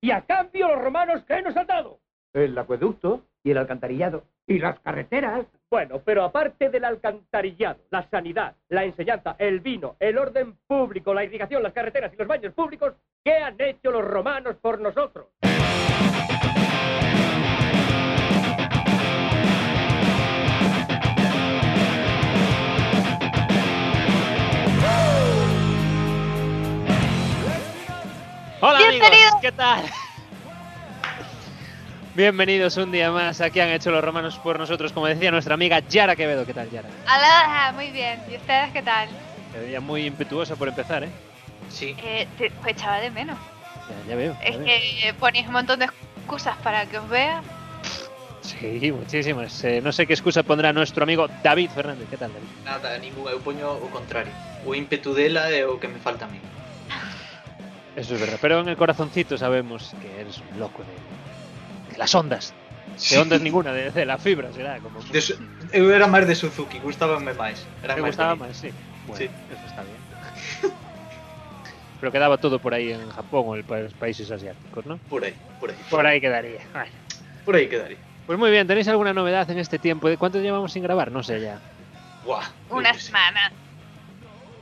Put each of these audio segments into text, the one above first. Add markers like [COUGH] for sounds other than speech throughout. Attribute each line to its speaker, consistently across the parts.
Speaker 1: Y a cambio, los romanos, ¿qué nos han dado?
Speaker 2: El acueducto
Speaker 3: y el alcantarillado.
Speaker 2: y las carreteras.
Speaker 1: Bueno, pero aparte del alcantarillado, la sanidad, la enseñanza, el vino, el orden público, la irrigación, las carreteras y los baños públicos, ¿qué han hecho los romanos por nosotros?
Speaker 4: Hola amigos,
Speaker 5: Bienvenidos.
Speaker 4: ¿qué tal? Bienvenidos un día más aquí han hecho los romanos por nosotros, como decía nuestra amiga Yara Quevedo. ¿Qué tal, Yara?
Speaker 5: Alá, muy bien. ¿Y ustedes qué tal?
Speaker 4: Te veía muy impetuosa por empezar, ¿eh?
Speaker 6: Sí.
Speaker 5: Eh, te- pues echaba de menos.
Speaker 4: Ya, ya veo. ya
Speaker 5: Es
Speaker 4: veo.
Speaker 5: que eh, ponéis un montón de excusas para que os vea.
Speaker 4: Sí, muchísimas. Eh, no sé qué excusa pondrá nuestro amigo David Fernández. ¿Qué tal, David?
Speaker 6: Nada, ningún, eu poño o contrario. O ímpetu dela é o que me falta a mí.
Speaker 4: Eso es verdad. Pero en el corazoncito sabemos que eres un loco de, de las ondas. De ondas ninguna, de, de la fibra, será como.
Speaker 6: De su- eu era máis de Suzuki, gustábanme máis. Era
Speaker 4: Te
Speaker 6: máis
Speaker 4: gustaba
Speaker 6: bonito.
Speaker 4: más, sí. Bueno,
Speaker 6: Sí.
Speaker 4: eso está bien. [LAUGHS] Pero quedaba todo por ahí en Japón o en pa- los países asiáticos, ¿no?
Speaker 6: Por aí, por aí.
Speaker 4: Por ahí quedaría. Bueno.
Speaker 6: Por aí quedaría.
Speaker 4: Pues muy bien, ¿tenéis alguna novedad en este tiempo? ¿De cuánto llevamos sin grabar? No sé ya.
Speaker 6: Buah,
Speaker 5: Una
Speaker 6: eu que sei.
Speaker 5: semana,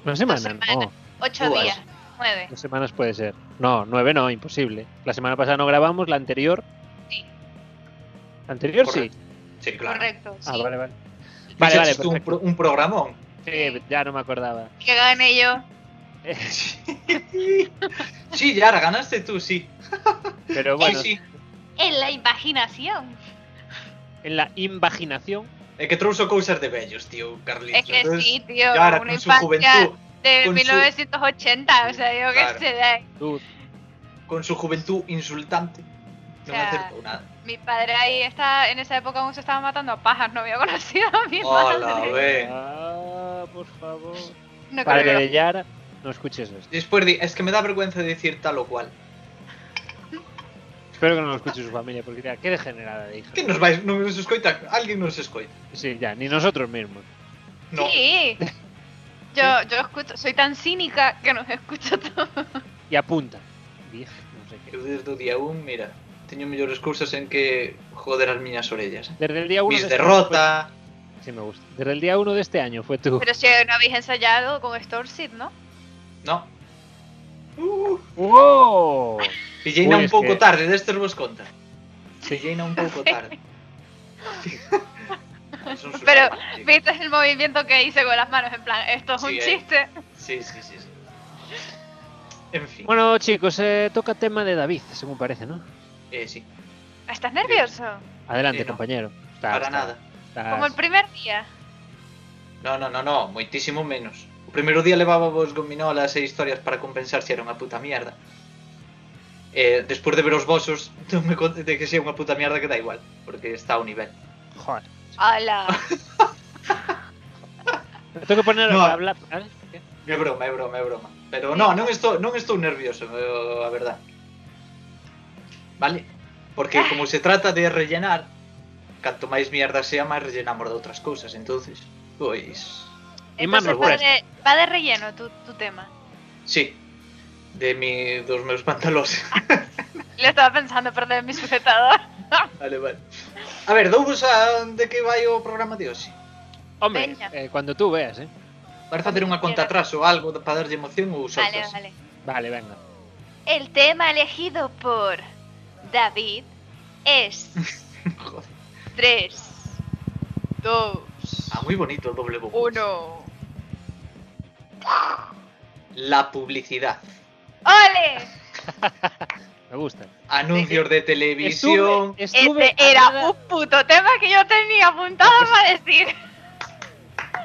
Speaker 4: ¿Una semana?
Speaker 5: semanas.
Speaker 4: No,
Speaker 5: ocho
Speaker 6: Uvas.
Speaker 5: días, nueve.
Speaker 4: dos semanas puede ser. No, nueve no, imposible. La semana pasada no grabamos, la anterior.
Speaker 5: Sí.
Speaker 4: La anterior
Speaker 6: Correcto.
Speaker 4: sí.
Speaker 6: Sí, claro.
Speaker 5: Correcto.
Speaker 4: Ah,
Speaker 5: sí.
Speaker 4: vale, vale.
Speaker 6: Fixeches
Speaker 4: Vale, vale,
Speaker 6: tú un,
Speaker 4: perfecto.
Speaker 6: pro, un programón.
Speaker 4: Sí, ya no me acordaba. Eh,
Speaker 5: Que gané yo.
Speaker 6: Sí, Yara, ganaste tú, sí.
Speaker 4: Pero bueno,
Speaker 6: Sí, sí.
Speaker 5: En la imaginación.
Speaker 4: en la invaginación.
Speaker 6: É que trouxo cousas de vellos, tío, Carlitos.
Speaker 5: Es que sí, tío.
Speaker 6: Yara,
Speaker 5: una
Speaker 6: con su
Speaker 5: infancia
Speaker 6: juventud,
Speaker 5: de
Speaker 6: con su-
Speaker 5: 1980. O sea, yo
Speaker 6: Claro.
Speaker 5: qué sé. de-
Speaker 4: Tú,
Speaker 6: con su juventud insultante, non
Speaker 5: Ya.
Speaker 6: acertou nada.
Speaker 5: Mi padre ahí está, en esa época aún se estaba matando a pajas. No había [LAUGHS] conocido a mi
Speaker 6: Hola,
Speaker 5: madre.
Speaker 6: ve.
Speaker 4: Ah, por favor.
Speaker 5: No creo
Speaker 4: Padre
Speaker 5: que lo-
Speaker 4: de Yara, no escuches esto.
Speaker 6: Despois di, es que me da vergüenza decir tal o cual.
Speaker 4: Espero que no lo escuche su familia, porque mira, qué degenerada de hija.
Speaker 6: Que nos vais, non nos escoita, alguén nos escoita.
Speaker 4: Sí, ya, ni nosotros mismos.
Speaker 6: No. [LAUGHS]
Speaker 5: Sí. Yo, yo escucho, soy tan cínica que nos escucho todo.
Speaker 4: Y apunta. Vieja, no sé qué.
Speaker 6: Eu desde o día 1, mira, teño mellores cousas en que joder as miñas orellas. eh.
Speaker 4: Desde el día 1
Speaker 6: Mis derrota,
Speaker 4: Sí, me gusta. Desde el día 1 de este año fue tú.
Speaker 5: Pero si no habéis ensayado con Storsit, ¿no?
Speaker 6: no. Uh,
Speaker 4: ¡Wow!
Speaker 6: Pilleina
Speaker 4: Ui,
Speaker 6: un
Speaker 4: es
Speaker 6: pouco
Speaker 4: que-
Speaker 6: tarde, destes vos conta.
Speaker 5: [LAUGHS]
Speaker 6: Pilleina un pouco tarde. Son sus
Speaker 5: Pero,
Speaker 6: problemas, tío.
Speaker 5: ¿Viste el movimiento que hice con las manos? En plan, esto es
Speaker 6: Sí,
Speaker 5: un
Speaker 6: eh.
Speaker 5: chiste.
Speaker 6: Sí, sí, sí. sí. En fin,
Speaker 4: Bueno, chicos, eh, toca tema de David, según parece, ¿no?
Speaker 6: eh, sí,
Speaker 5: ¿Estás nervioso?
Speaker 4: Adelante,
Speaker 6: Sí, no.
Speaker 4: compañero. Estás-
Speaker 6: para
Speaker 4: estás-
Speaker 6: nada.
Speaker 4: estás-
Speaker 5: Como el primer día.
Speaker 6: No, no, no, no, moitísimo menos. O primeiro día levaba vos gominolas e historias para compensar se era unha puta mierda. Eh, despois de ver os vosos, non me conte de que sea unha puta mierda que da igual, porque está ao nivel.
Speaker 4: Joder.
Speaker 6: [LAUGHS]
Speaker 5: ¡Hala!
Speaker 4: Me tengo que poner
Speaker 6: No.
Speaker 4: a hablar. ¿sabes? ¿Qué?
Speaker 6: É broma, é broma, é broma. Pero no, non estou, non estou nervioso, eh, a verdad. Vale? Porque como se trata de rellenar, canto máis mierda sea, máis rellenamos de outras cousas, entonces, pois...
Speaker 4: Y
Speaker 5: Entonces
Speaker 4: más nos
Speaker 5: va
Speaker 4: cuesta.
Speaker 5: de, va de relleno tu, tu tema.
Speaker 6: Sí, de mi, dos meus [LAUGHS] pantalóns.
Speaker 5: Lo estaba pensando perder mi
Speaker 6: [LAUGHS]
Speaker 5: sujetador.
Speaker 6: Vale, vale. A ver, douvos a de que vai o programa de hoxe?
Speaker 4: Hombre,
Speaker 5: Veña.
Speaker 4: eh, cuando tú veas, ¿eh?
Speaker 6: Vai facer unha conta atrás ou algo para darlle emoción ou
Speaker 5: Vale,
Speaker 6: soltas?
Speaker 5: vale.
Speaker 4: Vale, venga.
Speaker 5: El tema elegido por David es
Speaker 6: [LAUGHS] [LAUGHS] Joder.
Speaker 5: 3, 2,
Speaker 6: Ah, moi bonito o doble bombo.
Speaker 5: Uno.
Speaker 6: La publicidad.
Speaker 5: ¡Ole!
Speaker 4: Me gusta.
Speaker 6: Anuncios de televisión.
Speaker 5: eh,
Speaker 4: Estuve- estuve
Speaker 5: Este
Speaker 4: a
Speaker 5: era
Speaker 4: nada-
Speaker 5: un puto tema que yo tenía apuntado para decir.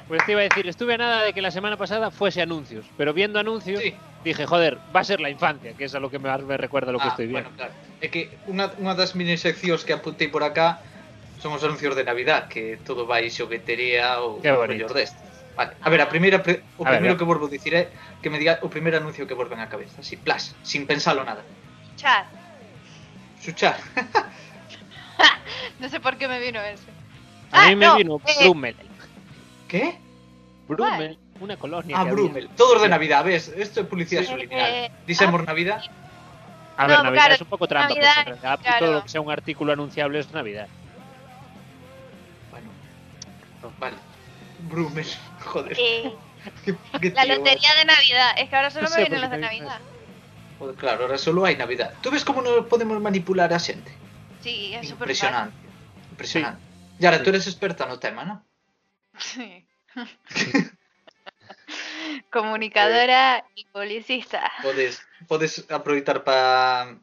Speaker 4: Pues te iba a decir, estuve a nada de que la semana pasada fuese anuncios, pero viendo anuncios
Speaker 6: Sí.
Speaker 4: dije, joder, va a ser la infancia, que es a lo que más me recuerda lo que
Speaker 6: ah,
Speaker 4: estoy viendo.
Speaker 6: bueno, claro. É que unha, unha das mini seccións que apuntei por acá son os anuncios de Navidad, que todo vai xoguetería ou
Speaker 4: Qué bonito.
Speaker 6: mellor deste. Vale. A ver, a primeira pre... o
Speaker 4: A ver,
Speaker 6: primeiro
Speaker 4: ve.
Speaker 6: que vos vou dicir é que me diga o primeiro anuncio que vos ven á cabeza, así, plas, sin pensalo nada.
Speaker 5: Chat,
Speaker 6: Suchar.
Speaker 5: no sé por qué me vino ese.
Speaker 4: A
Speaker 5: Ah,
Speaker 4: mí me
Speaker 5: no,
Speaker 4: vino
Speaker 5: eh,
Speaker 4: Brummel.
Speaker 6: Que?
Speaker 4: Brummel, una colonia.
Speaker 6: Ah,
Speaker 4: que había.
Speaker 6: Brummel. Todos de Navidad, ves? Esto é publicidade
Speaker 5: Sí.
Speaker 6: subliminal.
Speaker 5: Eh,
Speaker 6: Dixemos Navidad,
Speaker 4: A ver,
Speaker 5: No,
Speaker 4: Navidad
Speaker 5: claro,
Speaker 4: es un poco trampa. porque
Speaker 5: Navidad,
Speaker 4: en realidad pues,
Speaker 5: claro.
Speaker 4: todo lo que sea un artículo anunciable es Navidad.
Speaker 6: Bueno. Vale. Brummel, [LAUGHS] joder.
Speaker 5: Eh,
Speaker 6: qué- qué
Speaker 5: la
Speaker 6: tío,
Speaker 5: lotería de Navidad. Es que ahora solo
Speaker 4: No
Speaker 5: me
Speaker 4: sé,
Speaker 5: vienen
Speaker 4: porque
Speaker 5: los de
Speaker 4: me dices-
Speaker 5: Navidad.
Speaker 6: eh. Joder, claro, ahora solo hay Navidad. ¿Tú ves cómo no podemos manipular a xente?
Speaker 5: Sí, es súper
Speaker 6: Impresionante. Impresionante. Y ahora tú eres experta no tema, ¿no? [LAUGHS]
Speaker 5: Sí. Comunicadora y publicista.
Speaker 6: Podes, podes aproveitar para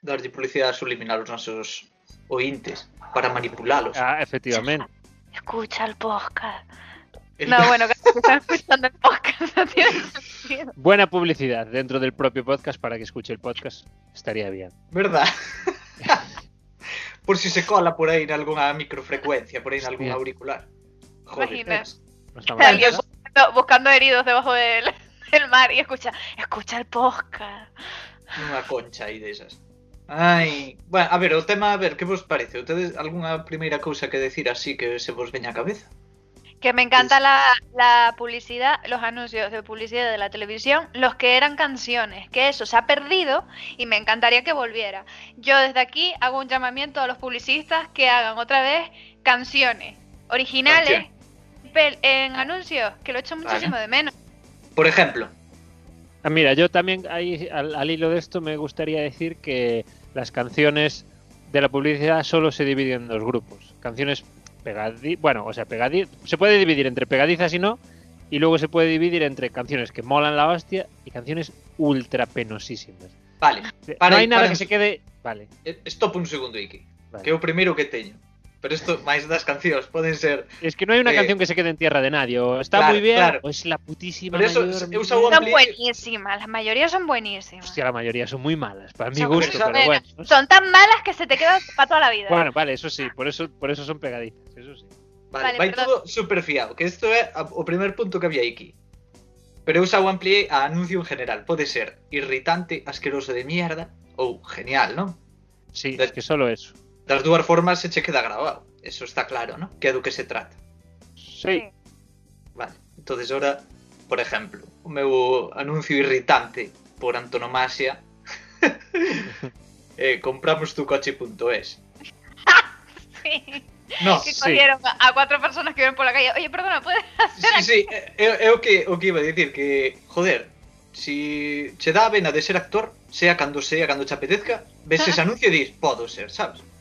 Speaker 6: darlle publicidade subliminal aos nosos ointes para manipulalos.
Speaker 4: Ah, efectivamente.
Speaker 5: Escucha el podcast.
Speaker 6: El-
Speaker 5: No,
Speaker 6: [LAUGHS]
Speaker 5: bueno, que están escuchando el podcast. No tiene sentido.
Speaker 4: Buena publicidad dentro del propio podcast para que escuche el podcast. Estaría bien.
Speaker 6: Verdad. por si se cola por aí en algunha microfrecuencia, por aí en algún
Speaker 4: Hostia.
Speaker 6: auricular. Joder.
Speaker 5: Imagina.
Speaker 4: No está mal.
Speaker 5: Alguien
Speaker 4: ¿verdad?
Speaker 5: buscando, buscando heridos debajo del, del mar y escucha, escucha el podcast.
Speaker 6: Unha concha aí desas. Ai, bueno, a ver, o tema, a ver, que vos parece? Tedes algunha primeira cousa que decir así que se vos veña a cabeza?
Speaker 5: Que me encanta la, la publicidad, los anuncios de publicidad de la televisión, los que eran canciones, que eso se ha perdido y me encantaría que volviera. Yo desde aquí hago un llamamiento a los publicistas que hagan otra vez canciones originales pel- en anuncios, que lo echo muchísimo de menos.
Speaker 6: Por exemplo,
Speaker 4: Ah, mira, yo también ahí, al, al hilo de esto me gustaría decir que las canciones de la publicidad solo se dividen en dos grupos. Canciones pegadizas, bueno, o sea, pegadi se puede dividir entre pegadizas y no, y luego se puede dividir entre canciones que molan la hostia y canciones ultra penosísimas.
Speaker 6: vale, Para
Speaker 4: no hay
Speaker 6: ahí,
Speaker 4: nada
Speaker 6: para
Speaker 4: que
Speaker 6: ahí.
Speaker 4: se quede... Vale,
Speaker 6: eh, stop un segundo, Iki,
Speaker 4: vale.
Speaker 6: que é o primeiro que teño. Pero isto, máis das cancións, poden ser
Speaker 4: Es que no hay una
Speaker 6: eh,
Speaker 4: canción que se quede en tierra de nadie, o está
Speaker 6: claro,
Speaker 4: muy bien,
Speaker 6: claro.
Speaker 4: o es la putísima
Speaker 6: Por eso
Speaker 4: mayor
Speaker 6: he
Speaker 4: mierda.
Speaker 6: usado
Speaker 5: Son
Speaker 6: Ampli-
Speaker 5: buenísimas, la mayoría son buenísimas.
Speaker 4: Hostia, la mayoría son muy malas, para mi
Speaker 5: Son
Speaker 4: gusto,
Speaker 6: buenas,
Speaker 4: pero bueno. no sé.
Speaker 5: Son tan malas que se te quedan para toda la vida. ¿eh?
Speaker 4: Bueno, vale, eso sí, por eso, por eso son pegadizas, eso sí.
Speaker 6: Vale,
Speaker 5: Vale,
Speaker 6: vai
Speaker 5: perdón.
Speaker 6: todo superfiado, que isto é a- o primer punto que había aquí. Pero eu xa o ampliei a anuncio en general. Pode ser irritante, asqueroso de mierda ou genial, non?
Speaker 4: Sí,
Speaker 6: De-
Speaker 4: es que solo eso.
Speaker 6: Das dúas formas se che queda grabado. Eso está claro, non? Que é do que se trata.
Speaker 4: Sí.
Speaker 6: Vale. Entonces ora, por exemplo, o meu anuncio irritante por antonomasia [LAUGHS] eh, compramos tu coche.es.
Speaker 5: Sí.
Speaker 6: No,
Speaker 5: [LAUGHS] que
Speaker 4: Sí.
Speaker 5: cogieron a- a cuatro personas que iban por la calle. Oye, perdona, ¿puedes?
Speaker 6: Sí, sí, é, é o, que, o que iba a dicir que, joder, si che dá a vena de ser actor, sea cando sea, cando che apetezca, ves
Speaker 5: [LAUGHS]
Speaker 6: ese anuncio e dis, podo ser, sabes?
Speaker 4: Sí,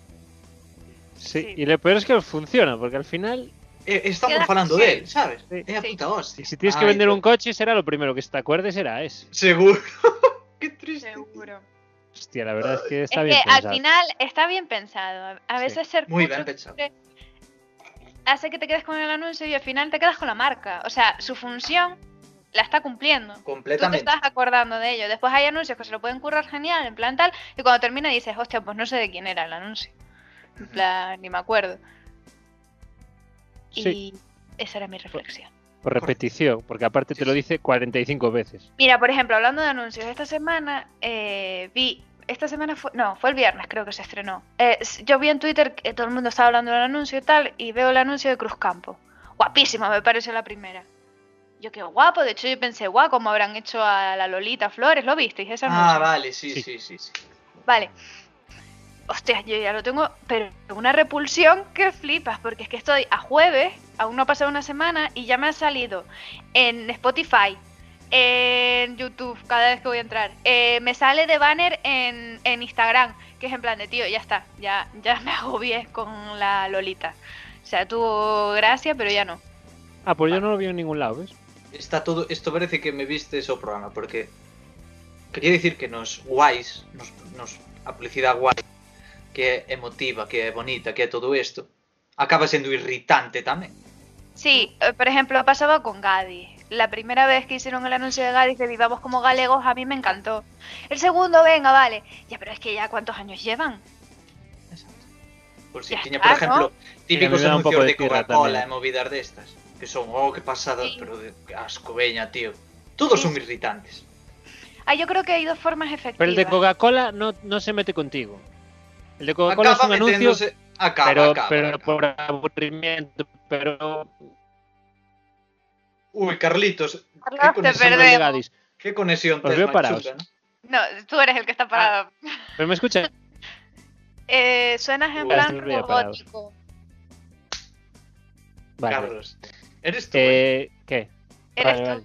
Speaker 5: Sí.
Speaker 4: y lo peor es que funciona, porque al final,
Speaker 6: E, e estamos
Speaker 5: Queda-
Speaker 6: falando
Speaker 5: sí.
Speaker 6: del, sabes?
Speaker 4: Sí.
Speaker 6: É a
Speaker 5: Sí.
Speaker 6: puta hostia.
Speaker 4: si tienes que
Speaker 6: Ai,
Speaker 4: vender
Speaker 6: pues,
Speaker 4: un coche, será lo primero que te acuerdes, será ese.
Speaker 6: Seguro. [LAUGHS] que triste.
Speaker 4: Hostia, la verdad es que está
Speaker 5: es
Speaker 4: bien
Speaker 5: que
Speaker 4: pensado.
Speaker 5: al final está bien pensado. A
Speaker 4: Sí.
Speaker 5: veces ser
Speaker 6: Muy
Speaker 5: mucho
Speaker 6: ben pensado.
Speaker 5: hace que te quedes con el anuncio y al final te quedas con la marca. O sea, su función la está cumpliendo. Tú te
Speaker 6: Completamente.
Speaker 5: estás acordando de ello. Después hay anuncios que se lo pueden currar genial, en plan tal, y cuando termina dices, hostia, pues no sé de quién era el anuncio. En plan, ni me acuerdo.
Speaker 4: Sí. Pues
Speaker 5: Y esa era mi reflexión.
Speaker 4: Por repetición, porque aparte te lo dice 45 veces.
Speaker 5: Mira, por ejemplo, hablando de anuncios, esta semana eh, vi. Esta semana fue. No, fue el viernes, creo que se estrenó. Eh, s- yo vi en Twitter que todo el mundo estaba hablando del anuncio y tal, y veo el anuncio de Cruzcampo. Guapísima, me pareció la primera. Yo qué guapo, de hecho yo pensé, guau, como habrán hecho a la Lolita Flores, ¿lo visteis ese
Speaker 6: Ah,
Speaker 5: anuncio?
Speaker 6: vale, sí,
Speaker 4: Sí.
Speaker 6: sí, sí. sí.
Speaker 5: Vale. Hostia, yo ya lo tengo, pero una repulsión que flipas, porque es que estoy a jueves, aún no ha pasado una semana, y ya me ha salido en Spotify, en YouTube, cada vez que voy a entrar. eh, me sale de banner en, en Instagram, que es en plan de tío, ya está, ya, ya me agobié con la Lolita. O sea, tuvo gracia, pero ya no.
Speaker 4: Ah, pues yo no lo vi en ningún lado, ¿ves?
Speaker 6: Está todo, esto parece que me viste ese programa, porque quería decir que nos guais, nos, nos a publicidade guai, que é emotiva, que é bonita, que é todo isto, acaba sendo irritante tamén.
Speaker 5: Sí, eh, por ejemplo, pasaba con Gadis. La primera vez que hicieron el anuncio de Gadis de Vivamos como Galegos, a mí me encantó. El segundo, venga, vale. Ya, pero es que ya cuántos años llevan.
Speaker 6: Por si
Speaker 5: Ya
Speaker 6: tiña, por
Speaker 5: está,
Speaker 6: exemplo,
Speaker 4: Mira, me
Speaker 6: típicos
Speaker 4: da un
Speaker 6: anuncios
Speaker 4: pouco
Speaker 6: de,
Speaker 4: de tierra
Speaker 6: Coca-Cola,
Speaker 4: tamén.
Speaker 6: e movidas destas, que son, oh, que pasada,
Speaker 5: Sí.
Speaker 6: pero de, que asco veña, tío. Todos
Speaker 5: Sí,
Speaker 6: son
Speaker 5: sí.
Speaker 6: irritantes.
Speaker 5: Ah, yo creo que hay dos formas efectivas.
Speaker 4: Pero el de Coca-Cola no, no se mete contigo. El de Coca-Cola es
Speaker 6: Acaba
Speaker 4: un anuncio,
Speaker 6: meténdose... Acaba,
Speaker 4: pero,
Speaker 6: acaba,
Speaker 4: pero
Speaker 6: acaba.
Speaker 4: por aburrimiento, pero...
Speaker 6: Uy, Carlitos,
Speaker 5: Carlos,
Speaker 6: qué
Speaker 5: te
Speaker 6: conexión,
Speaker 5: perdemos.
Speaker 4: Gadis.
Speaker 6: qué conexión
Speaker 4: Os veo
Speaker 6: más
Speaker 4: paraos.
Speaker 6: chunga, ¿no?
Speaker 5: No, tú eres el que está parado.
Speaker 4: Pero me escucha.
Speaker 5: Eh, suenas en
Speaker 6: Uh,
Speaker 5: plan
Speaker 4: estoy medio
Speaker 5: robótico.
Speaker 4: Vale.
Speaker 6: Carlos. Eres tú. ¿eh?
Speaker 4: Eh, ¿Qué?
Speaker 5: Eres
Speaker 4: Vale,
Speaker 5: tú.
Speaker 4: vale.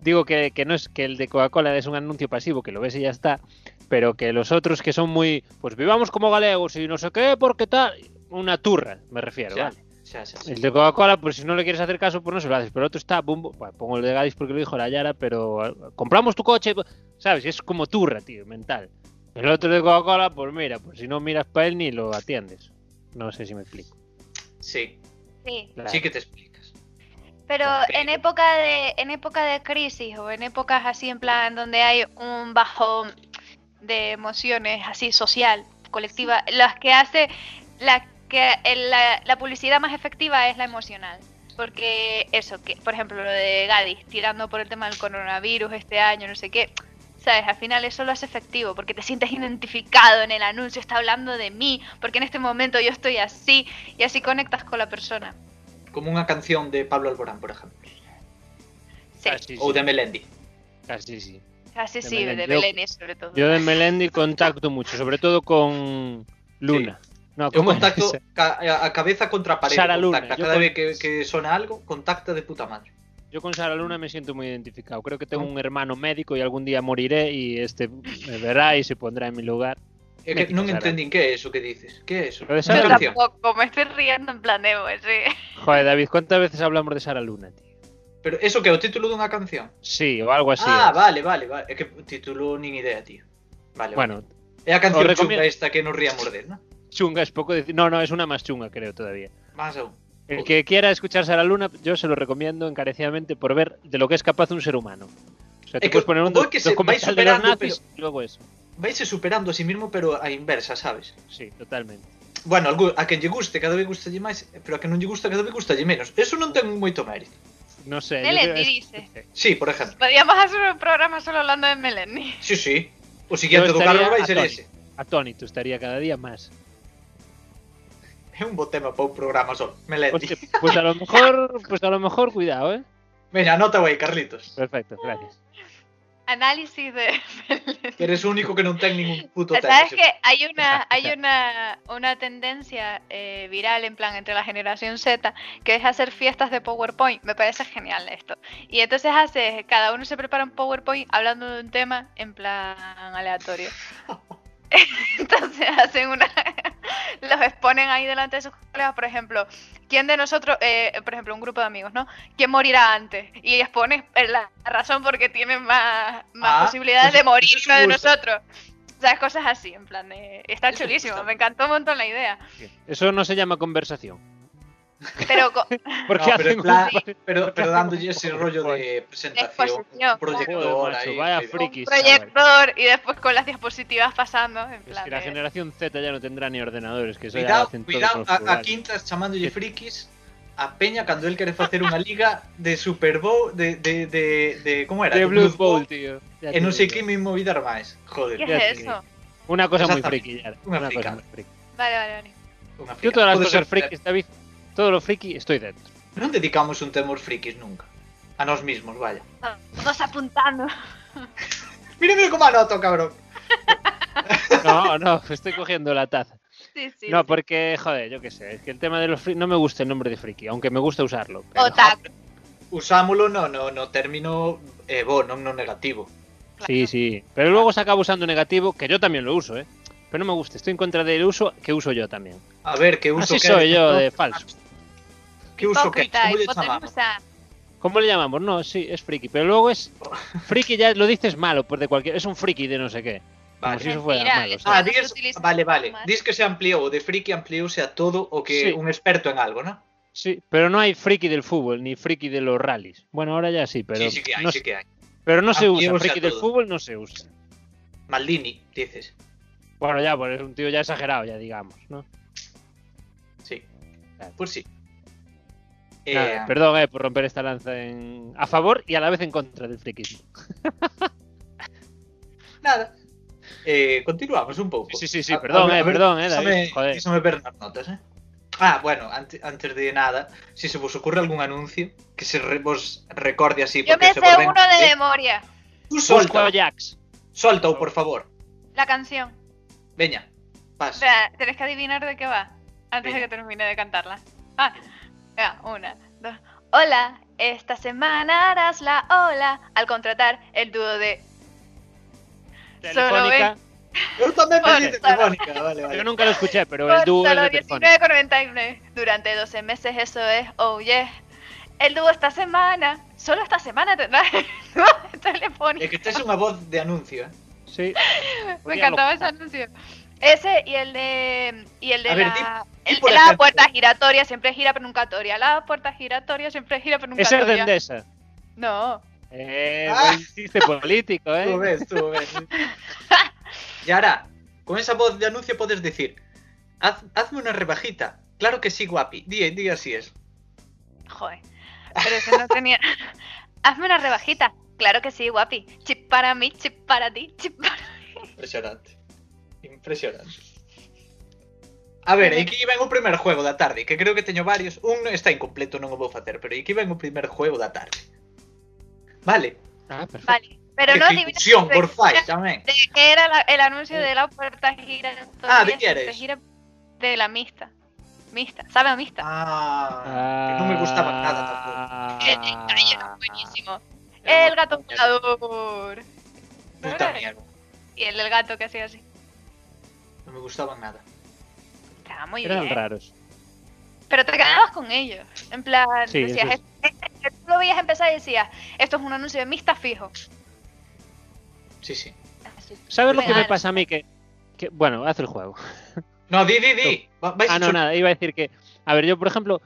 Speaker 4: Digo que, que no es que el de Coca-Cola es un anuncio pasivo, que lo ves y ya está, pero que los otros que son muy, pues vivamos como galegos y no sé qué, porque tal, una turra, me refiero,
Speaker 6: Ya,
Speaker 4: ¿vale?
Speaker 6: ya, ya, ya.
Speaker 4: El de Coca-Cola, pues si no le quieres hacer caso, pues no se lo haces, pero el otro está, bumbo, bueno, pongo el de Gadis porque lo dijo la Yara, pero eh, compramos tu coche, ¿sabes? Es como turra, tío, mental. El otro de Coca-Cola, pues mira, pues si no miras para él ni lo atiendes. No sé si me explico.
Speaker 6: Sí,
Speaker 5: Sí.
Speaker 4: Claro.
Speaker 6: sí que te explicas.
Speaker 5: Pero
Speaker 6: Ok.
Speaker 5: en época de en época de crisis o en épocas así en plan donde hay un bajón de emociones así social, colectiva, las que hace la que el- la, la publicidad más efectiva es la emocional. Porque eso, que por ejemplo lo de Gadis tirando por el tema del coronavirus este año, no sé qué, sabes, al final eso lo hace efectivo, porque te sientes identificado en el anuncio, está hablando de mí, porque en este momento yo estoy así, y así conectas con la persona.
Speaker 6: Como una canción de Pablo Alborán, por ejemplo.
Speaker 5: Sí.
Speaker 4: Casi
Speaker 6: O
Speaker 4: Ah, sí,
Speaker 6: de Melendi.
Speaker 4: casi sí.
Speaker 5: Así
Speaker 4: De
Speaker 5: Ah, sí,
Speaker 4: Belén.
Speaker 5: de
Speaker 4: Yo-
Speaker 5: Belén sobre todo.
Speaker 4: Yo de Melendi contacto mucho, sobre todo con Luna. No,
Speaker 6: Yo
Speaker 4: Ah, ¿cómo
Speaker 6: contacto
Speaker 4: es?
Speaker 6: ca- a a cabeza contra pared.
Speaker 4: Sara Luna,
Speaker 6: contacta.
Speaker 4: yo
Speaker 6: Cada
Speaker 4: con-
Speaker 6: vez que, que suena algo, contacta de puta madre.
Speaker 4: Yo con Sara Luna me siento muy identificado. Creo que tengo un hermano médico y algún día moriré y este me verá y se pondrá en mi lugar.
Speaker 6: É que
Speaker 4: Mítica,
Speaker 6: non
Speaker 4: Sara.
Speaker 6: entendín que é iso que dices. Que é iso?
Speaker 4: Pero de
Speaker 6: Unha
Speaker 4: Sara
Speaker 5: Yo
Speaker 4: Luna.
Speaker 6: canción.
Speaker 5: tampoco, me estoy riendo en plan Evo, sí. [LAUGHS]
Speaker 4: Joder, David, ¿cuántas veces hablamos de Sara Luna, tío?
Speaker 6: Pero eso que é o título dunha canción?
Speaker 4: Sí, o algo así.
Speaker 6: ah,
Speaker 4: es.
Speaker 6: vale, vale, vale. É que o título nin idea, tío. Vale,
Speaker 4: Bueno,
Speaker 6: vale. É a canción
Speaker 4: os recomiendo-
Speaker 6: chunga esta que nos ría morder, ¿no?
Speaker 4: chunga es poco decir. No, no, es una más chunga, creo, todavía.
Speaker 6: Más aún.
Speaker 4: El
Speaker 6: Joder.
Speaker 4: que quiera escuchar Sara Luna, yo se lo recomiendo encarecidamente por ver de lo que es capaz un ser humano. O sea, tú
Speaker 6: Es que
Speaker 4: puedes poner un
Speaker 6: voy que se- vais
Speaker 4: documental de los
Speaker 6: superando,
Speaker 4: nazis y luego eso.
Speaker 6: Vaise superando a sí mismo, pero a inversa, sabes?
Speaker 4: Sí, totalmente.
Speaker 6: Bueno, algú- a quen lle guste, cada vez gustalle máis, pero a quen non lle gusta, cada vez gustalle menos. Eso non ten moito mérito.
Speaker 4: No sé. yo
Speaker 5: Melendi
Speaker 4: creo- es-
Speaker 5: dice.
Speaker 6: Sí, por exemplo.
Speaker 5: Podríamos hacer un programa solo hablando de Melendi.
Speaker 6: Sí, sí. O siguiente
Speaker 4: Yo
Speaker 6: do
Speaker 4: estaría
Speaker 6: Carlos vai ser
Speaker 4: atónito.
Speaker 6: ese.
Speaker 4: atónito, estaría cada día más.
Speaker 6: É un bo tema para un programa solo. Melendi.
Speaker 4: Hostia, pues a lo mejor, pues a lo mejor, cuidado, ¿eh?
Speaker 6: Mira, anota aí, Carlitos.
Speaker 4: Perfecto, gracias.
Speaker 5: Análisis de
Speaker 6: [LAUGHS] Que eres o único que non ten ningún puto tema.
Speaker 5: ¿Sabes
Speaker 6: sí.
Speaker 5: que hay una
Speaker 4: Exacto,
Speaker 5: hay una, una tendencia eh, viral en plan entre la generación Z que es hacer fiestas de PowerPoint? Me parece genial esto. Y entonces haces, cada uno se prepara un PowerPoint hablando de un tema en plan aleatorio. [LAUGHS] entonces hacen una [LAUGHS] los exponen ahí delante de sus colegas, por ejemplo, ¿quién de nosotros, eh, por ejemplo, un grupo de amigos, ¿no? ¿Quién morirá antes? Y expones eh, la razón porque tienen más, más
Speaker 6: Ah,
Speaker 5: posibilidades
Speaker 6: eso-
Speaker 5: de morir
Speaker 6: eso es
Speaker 5: uno de
Speaker 6: bueno.
Speaker 5: nosotros. O sea, cosas así, en plan, de- está
Speaker 6: Eso
Speaker 5: chulísimo,
Speaker 6: está.
Speaker 5: me encantó un montón la idea.
Speaker 4: Eso no se llama conversación.
Speaker 5: Pero co-
Speaker 4: Porque
Speaker 6: No, pero
Speaker 4: hacen
Speaker 6: en plan-
Speaker 4: un-
Speaker 6: [LAUGHS] Pero, pero
Speaker 4: hacemos
Speaker 6: dándolle
Speaker 4: un
Speaker 6: ese
Speaker 4: PowerPoint?
Speaker 6: rollo de presentación,
Speaker 5: Exposición,
Speaker 6: un proyector
Speaker 4: Joder, macho,
Speaker 6: ahí.
Speaker 4: vaya
Speaker 6: sí.
Speaker 4: freak.
Speaker 5: un
Speaker 4: frikis,
Speaker 5: proyector y después con las diapositivas pasando, en
Speaker 4: Es
Speaker 5: plan,
Speaker 4: que la
Speaker 5: de-
Speaker 4: generación Z ya no tendrá ni ordenadores, que eso ya lo
Speaker 6: Cuidado,
Speaker 4: hacen todos
Speaker 6: cuidado
Speaker 4: los
Speaker 6: a, a
Speaker 4: lugares.
Speaker 6: Quintas chamándolle frikis a Peña cando el quere facer unha liga de Super Bowl de, de, de, de como era?
Speaker 4: De Blue Bowl,
Speaker 6: Bowl,
Speaker 4: tío. Ya te
Speaker 6: E non sei
Speaker 4: digo.
Speaker 6: que me movidar máis.
Speaker 5: ¿qué
Speaker 6: Joder,
Speaker 4: ya
Speaker 5: es
Speaker 4: sé.
Speaker 5: eso?
Speaker 4: Una cosa muy
Speaker 6: Exactamente.
Speaker 4: friki, Yara.
Speaker 6: Una
Speaker 4: Una cosa
Speaker 6: fricada.
Speaker 4: muy friki.
Speaker 5: Vale, vale, vale.
Speaker 6: unha frica.
Speaker 4: Yo todas las
Speaker 6: Pode
Speaker 4: cosas
Speaker 6: ser-
Speaker 4: frikis, David, todo lo friki, estoy dentro.
Speaker 6: Non dedicamos un tema aos frikis nunca. A nós mismos, vaya.
Speaker 5: Todos apuntando. [LAUGHS]
Speaker 6: Mira, mira como anoto, cabrón.
Speaker 4: No, no, [LAUGHS] estoy cogiendo la taza.
Speaker 5: Sí, sí.
Speaker 4: No, pues,
Speaker 5: sí.
Speaker 4: porque, joder, yo qué sé, es que el tema de los frikis no me gusta el nombre de friki, aunque me gusta usarlo. pero-
Speaker 5: Otaku.
Speaker 6: Usámolo no, no, no término eh, bo, non no negativo.
Speaker 4: Sí, sí. Pero luego se acaba usando negativo, que yo también lo uso, ¿eh? Pero no me gusta. Estoy en contra del uso que uso yo también.
Speaker 6: A ver, que uso
Speaker 4: Así
Speaker 6: que-
Speaker 4: soy yo de falso.
Speaker 6: Que uso que?
Speaker 5: Hipócrita,
Speaker 6: Como lle chamamos?
Speaker 5: hipotenusa.
Speaker 4: ¿Cómo le llamamos? No, sí, es friki. Pero luego es. Friki ya lo dices malo, por de cualquier. Es un friki de no sé qué. Como si
Speaker 6: Vale.
Speaker 4: eso fuera
Speaker 5: Mentira,
Speaker 4: malo.
Speaker 5: eso
Speaker 4: ¿sabes?
Speaker 6: Ah,
Speaker 5: Ahora no
Speaker 6: dis,
Speaker 5: se utiliza
Speaker 6: vale,
Speaker 5: nada
Speaker 6: vale.
Speaker 5: más.
Speaker 6: Dis que se ampliou, o de friki ampliouse a todo o que
Speaker 4: Sí.
Speaker 6: un experto en algo, ¿no?
Speaker 4: Sí, pero no hay friki del fútbol ni friki de los rallies. Bueno, ahora ya sí, pero.
Speaker 6: sí, sí que hay,
Speaker 4: no,
Speaker 6: sí que hay.
Speaker 4: Pero no se
Speaker 6: Ampliemos
Speaker 4: usa.
Speaker 6: a
Speaker 4: Friki del
Speaker 6: todo.
Speaker 4: fútbol no se usa.
Speaker 6: Maldini, dices.
Speaker 4: Bueno, ya, pues es un tío ya exagerado, ya digamos, ¿no?
Speaker 6: Sí.
Speaker 4: Claro.
Speaker 6: Pues sí.
Speaker 4: Nada,
Speaker 6: Eh,
Speaker 4: perdón eh, por romper esta lanza en... a favor y a la vez en contra del frikismo.
Speaker 6: nada. Eh, continuamos un pouco. Ah,
Speaker 4: Sí, sí, sí,
Speaker 6: A-
Speaker 4: perdón,
Speaker 6: a
Speaker 4: eh,
Speaker 6: a
Speaker 4: perdón, eh, David,
Speaker 6: dísame-
Speaker 4: joder.
Speaker 6: dísame ver nas notas, eh. Ah, bueno, antes, antes de nada, si se vos ocurre algún anuncio que se re, vos recorde así
Speaker 5: Yo
Speaker 6: porque
Speaker 5: me
Speaker 6: se
Speaker 5: sé
Speaker 6: vos ven-
Speaker 5: uno de
Speaker 6: eh,
Speaker 5: memoria.
Speaker 6: tú
Speaker 4: Busco
Speaker 6: solta,
Speaker 4: a Jax.
Speaker 6: Solta-o, por favor.
Speaker 5: La canción.
Speaker 6: Veña, pas.
Speaker 5: Espera, tenés que adivinar de qué va antes de
Speaker 6: Venga.
Speaker 5: que termine de cantarla. Ah, venga, una, dos. Hola, esta semana harás la ola al contratar el dúo de. Solo
Speaker 4: Telefónica.
Speaker 6: Eu tamén
Speaker 5: Vale.
Speaker 6: pensei telefónica, vale, vale.
Speaker 4: Yo nunca lo escuché, pero el
Speaker 5: por
Speaker 4: dúo es
Speaker 5: solo
Speaker 4: de Telefónica.
Speaker 5: 19,99 durante 12 meses, eso es, oh yeah. El dúo esta semana, solo esta semana tendrá [LAUGHS] el dúo de Telefónica.
Speaker 6: É que tes unha voz de anuncio, eh?
Speaker 4: Sí.
Speaker 5: Me
Speaker 4: Podría
Speaker 5: encantaba ese
Speaker 4: locutar.
Speaker 5: anuncio. Ese y el de y el de
Speaker 6: A ver,
Speaker 5: la,
Speaker 6: di- di
Speaker 5: el
Speaker 6: por
Speaker 5: de la
Speaker 6: ejemplo.
Speaker 5: puerta giratoria siempre gira pero nunca toria. La puerta giratoria siempre gira pero nunca
Speaker 4: Ese es de
Speaker 5: toria.
Speaker 4: Endesa.
Speaker 5: No.
Speaker 4: Eh,
Speaker 6: Ah.
Speaker 4: buen chiste político, ¿eh?
Speaker 6: Tú ves, tú
Speaker 5: [LAUGHS]
Speaker 6: ves. E ahora, con esa voz de anuncio podes dicir Haz, hazme una rebajita. Claro que sí, guapi. Di, di así es.
Speaker 5: Joder. Pero ese no tenía. [LAUGHS] Hazme una rebajita. Claro que sí, guapi. Chip para mí, chip para ti, chip para.
Speaker 6: [LAUGHS] Impresionante. Impresionante. A ver, e que iba en o primeiro juego da tarde, que creo que teño varios. Un está incompleto, non o vou facer, pero e que iba en o primeiro juego da tarde. Vale.
Speaker 4: Ah, perfecto.
Speaker 5: Vale. Pero no adivinas
Speaker 6: Ejecución,
Speaker 5: de-
Speaker 6: porfais, tamén.
Speaker 5: de qué era la- el anuncio de la puerta giratoria.
Speaker 6: Ah, ¿de qué
Speaker 5: siempre
Speaker 6: eres?
Speaker 5: gira de la mixta. Mixta. ¿Sabe a mixta?
Speaker 6: Ah, que non me gustaba nada tampouco.
Speaker 4: Ah.
Speaker 5: El detalle era buenísimo. El gato volador.
Speaker 6: Puta mierda.
Speaker 5: Y el del gato que hacía así.
Speaker 6: Non me gustaban nada.
Speaker 5: Estaba muy
Speaker 4: Eran
Speaker 5: bien.
Speaker 4: raros.
Speaker 5: Pero te quedabas con ellos. En plan,
Speaker 4: Sí, eso
Speaker 5: decías,
Speaker 4: es.
Speaker 5: "Este- tú lo veías empezar y decías, esto es un anuncio de mixta fijo.
Speaker 6: Sí, sí.
Speaker 5: Así.
Speaker 4: ¿Sabes lo que me
Speaker 5: Legal.
Speaker 4: pasa a mí? Que, que- bueno, haz el juego.
Speaker 6: No, di, di, di. Va- Vais
Speaker 4: Ah, no,
Speaker 6: chul-
Speaker 4: nada, iba a decir que. A ver, yo, por ejemplo,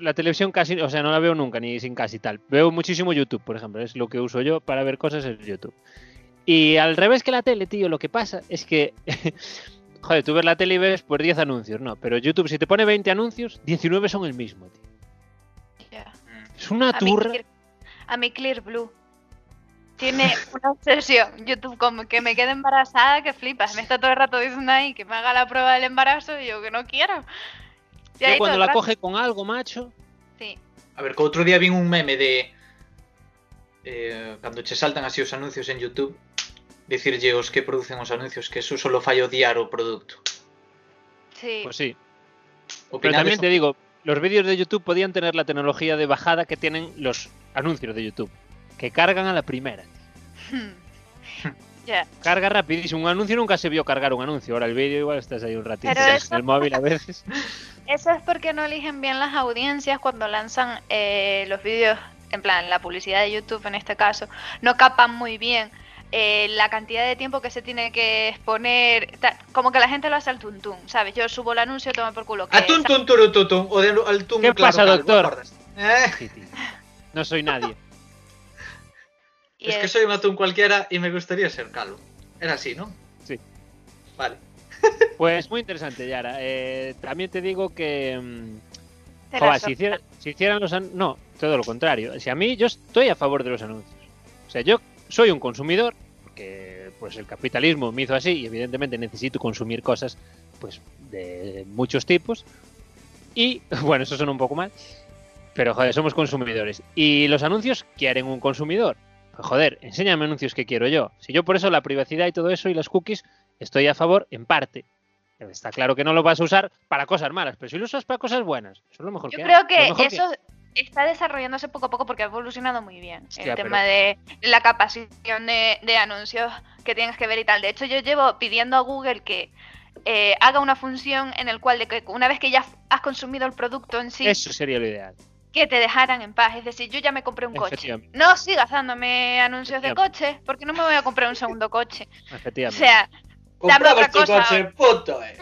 Speaker 4: la televisión casi, o sea, no la veo nunca, ni sin casi tal. Veo muchísimo YouTube, por ejemplo, es lo que uso yo para ver cosas en YouTube. Y al revés que la tele, tío, lo que pasa es que. [LAUGHS] Joder, tú ves la tele y ves pues 10 anuncios, no, pero YouTube, si te pone 20 anuncios, 19 son el mismo, tío.
Speaker 5: Ya.
Speaker 6: Mm.
Speaker 4: Es una
Speaker 5: A, mi
Speaker 4: turra.
Speaker 5: Clear, a mi Clear Blue. Tiene una obsesión, YouTube, como que me quede embarazada, que flipas. Me está todo el rato diciendo ahí que me haga la prueba del embarazo y yo que no quiero. Y
Speaker 4: Yo
Speaker 5: ahí
Speaker 4: cuando
Speaker 5: todo el
Speaker 4: la
Speaker 5: rato,
Speaker 4: coge con algo, macho.
Speaker 5: sí.
Speaker 6: A ver, que outro día vin un meme de eh, cando che saltan así os anuncios en YouTube, dicirlle os que producen os anuncios que eso solo fai odiar o producto.
Speaker 5: Sí.
Speaker 4: Pues sí. Pero
Speaker 6: Opinades
Speaker 4: también te digo, los vídeos de YouTube podían tener la tecnología de bajada que tienen los anuncios de YouTube, que cargan a la primera.
Speaker 5: [LAUGHS] Ya.
Speaker 4: Carga rapidísimo. Un anuncio nunca se vio cargar un anuncio. Ahora el vídeo igual estás ahí un ratito
Speaker 5: Pero eso-
Speaker 4: en
Speaker 5: [LAUGHS]
Speaker 4: el móvil a veces. [LAUGHS]
Speaker 5: Eso es porque no eligen bien las audiencias cuando lanzan eh, los vídeos, en plan, la publicidad de YouTube en este caso, no capan muy bien eh, la cantidad de tiempo que se tiene que exponer, ta- como que la gente lo hace al tuntún, ¿sabes? Yo subo el anuncio, toma por culo. que-
Speaker 6: Atún, tun, turu, tutun, o de altún,
Speaker 4: Eh, ¿Qué
Speaker 6: claro,
Speaker 4: pasa,
Speaker 6: calvo,
Speaker 4: doctor?
Speaker 6: acordas? Eh,
Speaker 4: Sí, tío. No soy nadie.
Speaker 5: y
Speaker 6: es que
Speaker 5: es-
Speaker 6: soy un atún cualquiera y me gustaría ser calvo. Era así, ¿no?
Speaker 4: Sí.
Speaker 6: Vale.
Speaker 4: Pues muy interesante, Yara. Eh, también te digo que. mm,
Speaker 5: te la
Speaker 4: joder,
Speaker 5: so-
Speaker 4: si, hiciera- si hicieran los anuncios. No, todo lo contrario. Si a mí yo estoy a favor de los anuncios. O sea, yo soy un consumidor, porque pues el capitalismo me hizo así y evidentemente necesito consumir cosas pues de muchos tipos. Y [LAUGHS] bueno, eso suena un poco mal, pero joder, somos consumidores. Y los anuncios quieren un consumidor. Pues, joder, enséñame anuncios que quiero yo. Si yo por eso la privacidad y todo eso y las cookies estoy a favor en parte. Está claro que no lo vas a usar para cosas malas, pero si lo usas para cosas buenas, eso es lo mejor
Speaker 5: Yo
Speaker 4: que hay.
Speaker 5: creo
Speaker 4: ah, Lo
Speaker 5: que
Speaker 4: mejor
Speaker 5: eso está desarrollándose poco a poco porque ha evolucionado muy bien
Speaker 4: Hostia,
Speaker 5: el tema de la capacitación de, de anuncios que tienes que ver y tal. De hecho, yo llevo pidiendo a Google que eh, haga una función en el cual de que una vez que ya has consumido el producto en sí,
Speaker 4: Eso sería lo ideal.
Speaker 5: que te dejaran en paz. Es decir, yo ya me compré un coche.
Speaker 4: Efectivamente.
Speaker 5: No sigas dándome anuncios de
Speaker 4: Efectivamente.
Speaker 5: coches porque no me voy a comprar un segundo coche. O
Speaker 4: Efectivamente.
Speaker 5: sea, Dame
Speaker 6: Compraba
Speaker 5: otra
Speaker 6: este
Speaker 5: cosa.
Speaker 6: coche, puto, eh.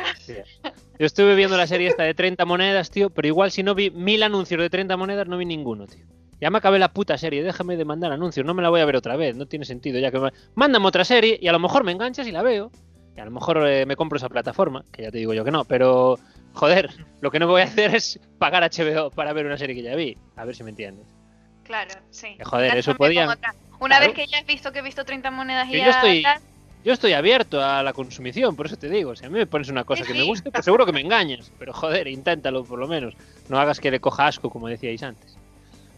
Speaker 4: Yo estuve viendo la serie esta de 30 monedas, tío, pero igual si no vi mil anuncios de 30 monedas, no vi ninguno, tío. Ya me acabé la puta serie, déjame de mandar anuncios, no me la voy a ver otra vez, no tiene sentido ya que me... Mándame otra serie y a lo mejor me enganchas y la veo. Y a lo mejor eh, me compro esa plataforma, que ya te digo yo que no, pero joder, lo que no voy a hacer es pagar HBO para ver una serie que ya vi. A ver si me entiendes.
Speaker 5: claro, sí.
Speaker 4: Que Eh, joder, eso
Speaker 5: Lánzame con
Speaker 4: podían-
Speaker 5: otra. Una
Speaker 4: Claro.
Speaker 5: vez que ya has visto que he visto 30 monedas y
Speaker 4: Que yo
Speaker 5: ya
Speaker 4: estoy-
Speaker 5: tal,
Speaker 4: Yo estoy abierto a la consumición, por eso te digo. Si a mí me pones una cosa
Speaker 5: Sí,
Speaker 4: que me
Speaker 5: sí.
Speaker 4: guste, pues seguro que me engañas. Pero joder, inténtalo por lo menos. No hagas que le coja asco, como decíais antes.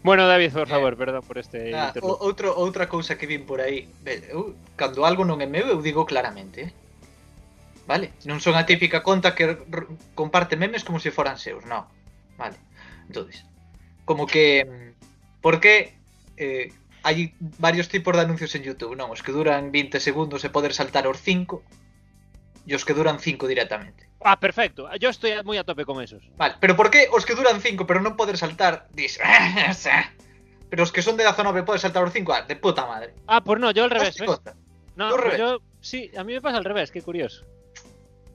Speaker 4: Bueno, David, por favor, perdón por este
Speaker 6: Ah,
Speaker 4: interrupción.
Speaker 6: o- outro, outra cousa que vin por aí Ve, eu, Cando algo non é meu eu digo claramente eh? Vale? Non son a típica conta que r- comparte memes como se foran seus No Vale Entonces, Como que mm, Por que eh, hai varios tipos de anuncios en Youtube Non, os que duran 20 segundos e poder saltar os 5 E os que duran 5 directamente
Speaker 4: Ah, perfecto. Yo estoy muy a tope con esos.
Speaker 6: Vale, pero por que os que duran 5 pero non poder saltar Dis [LAUGHS] Pero os que son de 19 poder saltar os 5 ah, De puta madre
Speaker 4: Ah, pues no, yo al revés.
Speaker 6: Hazte
Speaker 4: ¿ves?
Speaker 6: conta.
Speaker 4: No,
Speaker 6: tú al
Speaker 4: pues
Speaker 6: revés.
Speaker 4: yo sí, a mí me pasa al revés, qué curioso.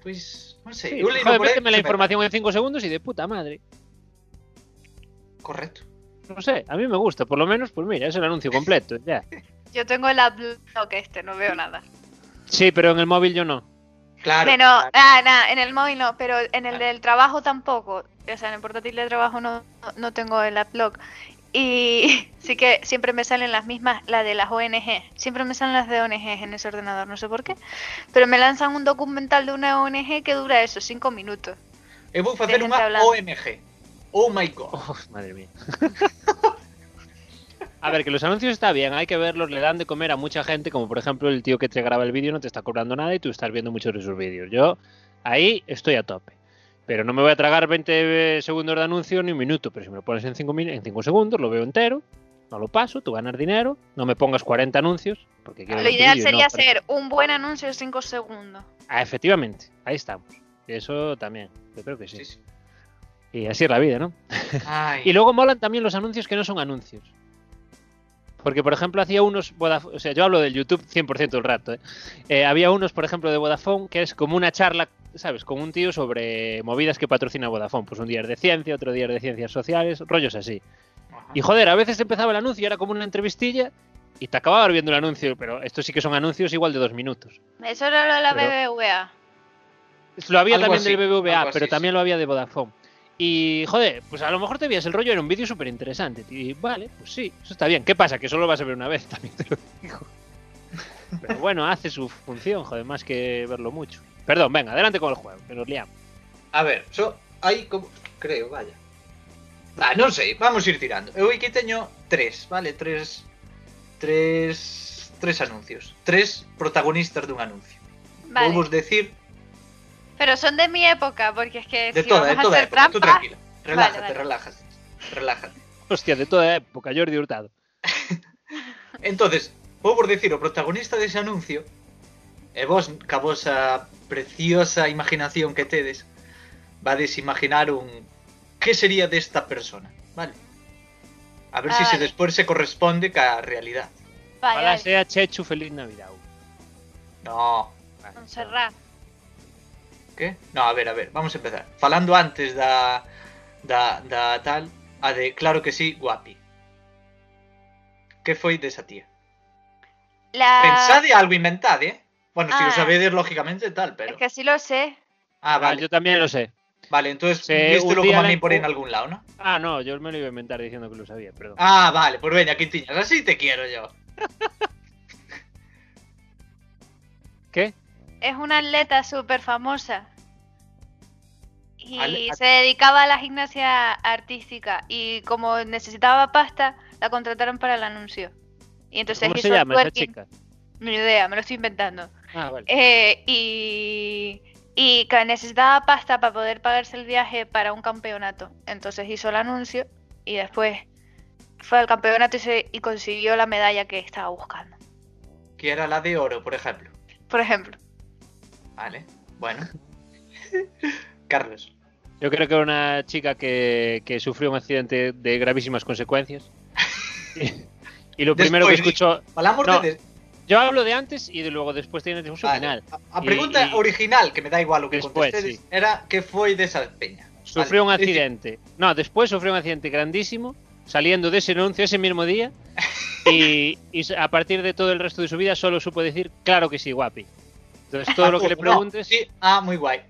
Speaker 6: Pois, non
Speaker 4: Sí,
Speaker 6: sei, eu leino
Speaker 4: joder,
Speaker 6: por aí,
Speaker 4: méteme la
Speaker 6: se me-
Speaker 4: información en 5 segundos y de puta madre.
Speaker 6: Correcto.
Speaker 4: No sé, a mí me gusta, por lo menos, pues mira, es el anuncio completo, ya.
Speaker 5: Yo tengo el adblock este, no veo nada.
Speaker 4: Sí, pero en el móvil yo no.
Speaker 6: Claro.
Speaker 5: Bueno,
Speaker 6: claro.
Speaker 5: ah, nah, en el móvil no, pero en el
Speaker 6: Claro.
Speaker 5: del trabajo tampoco. O sea, en el portátil de trabajo no, no- no tengo el adblock. Y [LAUGHS] sí que siempre me salen las mismas, la de las ONG. Siempre me salen las de ONG en ese ordenador, no sé por qué. Pero me lanzan un documental de una ONG que dura eso, cinco minutos.
Speaker 6: Eu vou facer
Speaker 5: de
Speaker 6: unha
Speaker 5: gente hablando.
Speaker 6: OMG. Oh my god.
Speaker 4: Oh, madre mía. [LAUGHS] A ver, que los anuncios está bien, hay que verlos, le dan de comer a mucha gente, como por ejemplo el tío que te graba el vídeo no te está cobrando nada y tú estás viendo muchos de sus vídeos. Yo ahí estoy a tope. Pero no me voy a tragar 20 segundos de anuncio ni un minuto, pero si me lo pones en 5 en cinco segundos, lo veo entero, no lo paso, tú ganas dinero, no me pongas 40 anuncios, porque quiero
Speaker 5: Lo
Speaker 4: ver tu
Speaker 5: ideal
Speaker 4: vídeo y no
Speaker 5: sería
Speaker 4: para-
Speaker 5: hacer un buen anuncio de cinco segundos.
Speaker 4: Ah, efectivamente, ahí estamos. Eso también, yo creo que sí.
Speaker 6: Sí, sí.
Speaker 4: Y así es la vida, ¿no? [LAUGHS]
Speaker 6: Ai.
Speaker 4: Y luego molan también los anuncios que no son anuncios. Porque, por ejemplo, hacía unos. Vodaf- O sea, yo hablo del YouTube 100% el rato. ¿eh? Eh, había unos, por ejemplo, de Vodafone que es como una charla, ¿sabes? Con un tío sobre movidas que patrocina Vodafone. Pues un día es de ciencia, otro día es de ciencias sociales, rollos así.
Speaker 6: Ajá.
Speaker 4: Y joder, a veces empezaba el anuncio y era como una entrevistilla y te acababa viendo el anuncio. Pero estos sí que son anuncios igual de dos minutos.
Speaker 5: Eso era lo de la
Speaker 4: Pero-
Speaker 5: BBVA.
Speaker 4: Lo había
Speaker 6: Algo
Speaker 4: también
Speaker 6: así,
Speaker 4: del BBVA,
Speaker 6: algo así,
Speaker 4: pero
Speaker 6: sí.
Speaker 4: también lo había de Vodafone. Y, joder, pues a lo mejor te veías el rollo, era un vídeo súper interesante. Y vale, pues sí, eso está bien. ¿Qué pasa? Que solo lo vas a ver una vez, [LAUGHS] también te lo digo. Pero bueno, hace su función, joder, más que verlo mucho. Perdón, venga, adelante con el juego, que nos liamos.
Speaker 6: A ver, so hai como creo, vaya. Ah, non sei, vamos ir tirando. Eh, Eu aquí teño tres, vale, tres tres tres anuncios, tres protagonistas dun anuncio.
Speaker 5: Vale.
Speaker 6: Vou vos decir
Speaker 5: Pero son de mi época, porque es que
Speaker 6: de
Speaker 5: si vamos
Speaker 6: toda, de
Speaker 5: a
Speaker 6: toda
Speaker 5: hacer
Speaker 6: época, tú
Speaker 5: trampa,
Speaker 6: tranquila. Relájate,
Speaker 5: vale.
Speaker 6: relájate. Relájate.
Speaker 4: Hostia, de toda época, Jordi Hurtado.
Speaker 6: Entonces, vou vos dicir o protagonista dese anuncio E vos, ca vosa preciosa imaginación que tedes Vades imaginar un Que sería desta persona, vale? A ver
Speaker 5: Ah,
Speaker 6: se si se
Speaker 5: vale.
Speaker 6: despois se corresponde ca realidad
Speaker 5: vale,
Speaker 4: Ojalá
Speaker 5: vale.
Speaker 4: sea Chechu, feliz Navidad. Ah,
Speaker 6: No,
Speaker 4: Vale,
Speaker 5: Montserrat.
Speaker 6: que? No, a ver, a ver, vamos a empezar Falando antes da Da, da tal A de, claro que sí, guapi Que foi desa tía?
Speaker 5: La...
Speaker 6: Pensade algo inventade, eh? Bueno, si
Speaker 5: Ah.
Speaker 6: lo sabedes, lógicamente, tal, pero...
Speaker 5: Es que sí lo sé.
Speaker 6: Ah,
Speaker 4: Ah,
Speaker 6: vale.
Speaker 4: yo también lo sé.
Speaker 6: Vale, entonces
Speaker 4: Sí,
Speaker 6: viste
Speaker 4: un
Speaker 6: lo
Speaker 4: día
Speaker 6: como a
Speaker 4: la
Speaker 6: mí por ahí en
Speaker 4: encu-
Speaker 6: algún lado, ¿no?
Speaker 4: Ah, no, yo me lo iba a inventar diciendo que lo sabía, perdón.
Speaker 6: Ah, vale, pues venga, Quintiñas, así te quiero yo.
Speaker 4: ¿Qué?
Speaker 5: Es una atleta súper famosa. Y
Speaker 6: Ale-
Speaker 5: se dedicaba a la gimnasia artística. Y como necesitaba pasta, la contrataron para el anuncio. Y entonces
Speaker 4: ¿Cómo
Speaker 5: hizo
Speaker 4: se llama esa
Speaker 5: twerking.
Speaker 4: chica?
Speaker 5: Ni idea, me lo estoy inventando.
Speaker 4: Ah, vale.
Speaker 5: Eh, y, y que necesitaba pasta para poder pagarse el viaje para un campeonato. Entonces hizo el anuncio y después fue al campeonato y, se- y consiguió la medalla que estaba buscando.
Speaker 6: Que era la de oro, por ejemplo.
Speaker 5: Por ejemplo.
Speaker 6: Vale, bueno. [LAUGHS] Carlos.
Speaker 4: Yo creo que era una chica que, que sufrió un accidente de gravísimas
Speaker 6: [LAUGHS]
Speaker 4: consecuencias. y lo primero que
Speaker 6: Después
Speaker 4: escuchó.
Speaker 6: Falamos
Speaker 4: No,
Speaker 6: de...
Speaker 4: Yo hablo de antes y de luego después tiene un
Speaker 6: vale,
Speaker 4: final.
Speaker 6: A, a
Speaker 4: Y-
Speaker 6: pregunta
Speaker 4: y-
Speaker 6: original, que me da igual lo que
Speaker 4: Después,
Speaker 6: contestes,
Speaker 4: sí.
Speaker 6: era ¿qué fue de esa peña?
Speaker 4: Sufrió un
Speaker 6: Vale, es-
Speaker 4: accidente. No, después sufrió un accidente grandísimo, saliendo de ese anuncio ese mismo
Speaker 6: [LAUGHS]
Speaker 4: día. Y, y a partir de todo el resto de su vida solo supo decir, claro que sí, guapi. Entonces todo lo que le
Speaker 6: No,
Speaker 4: preguntes,
Speaker 6: sí, ah, muy guay.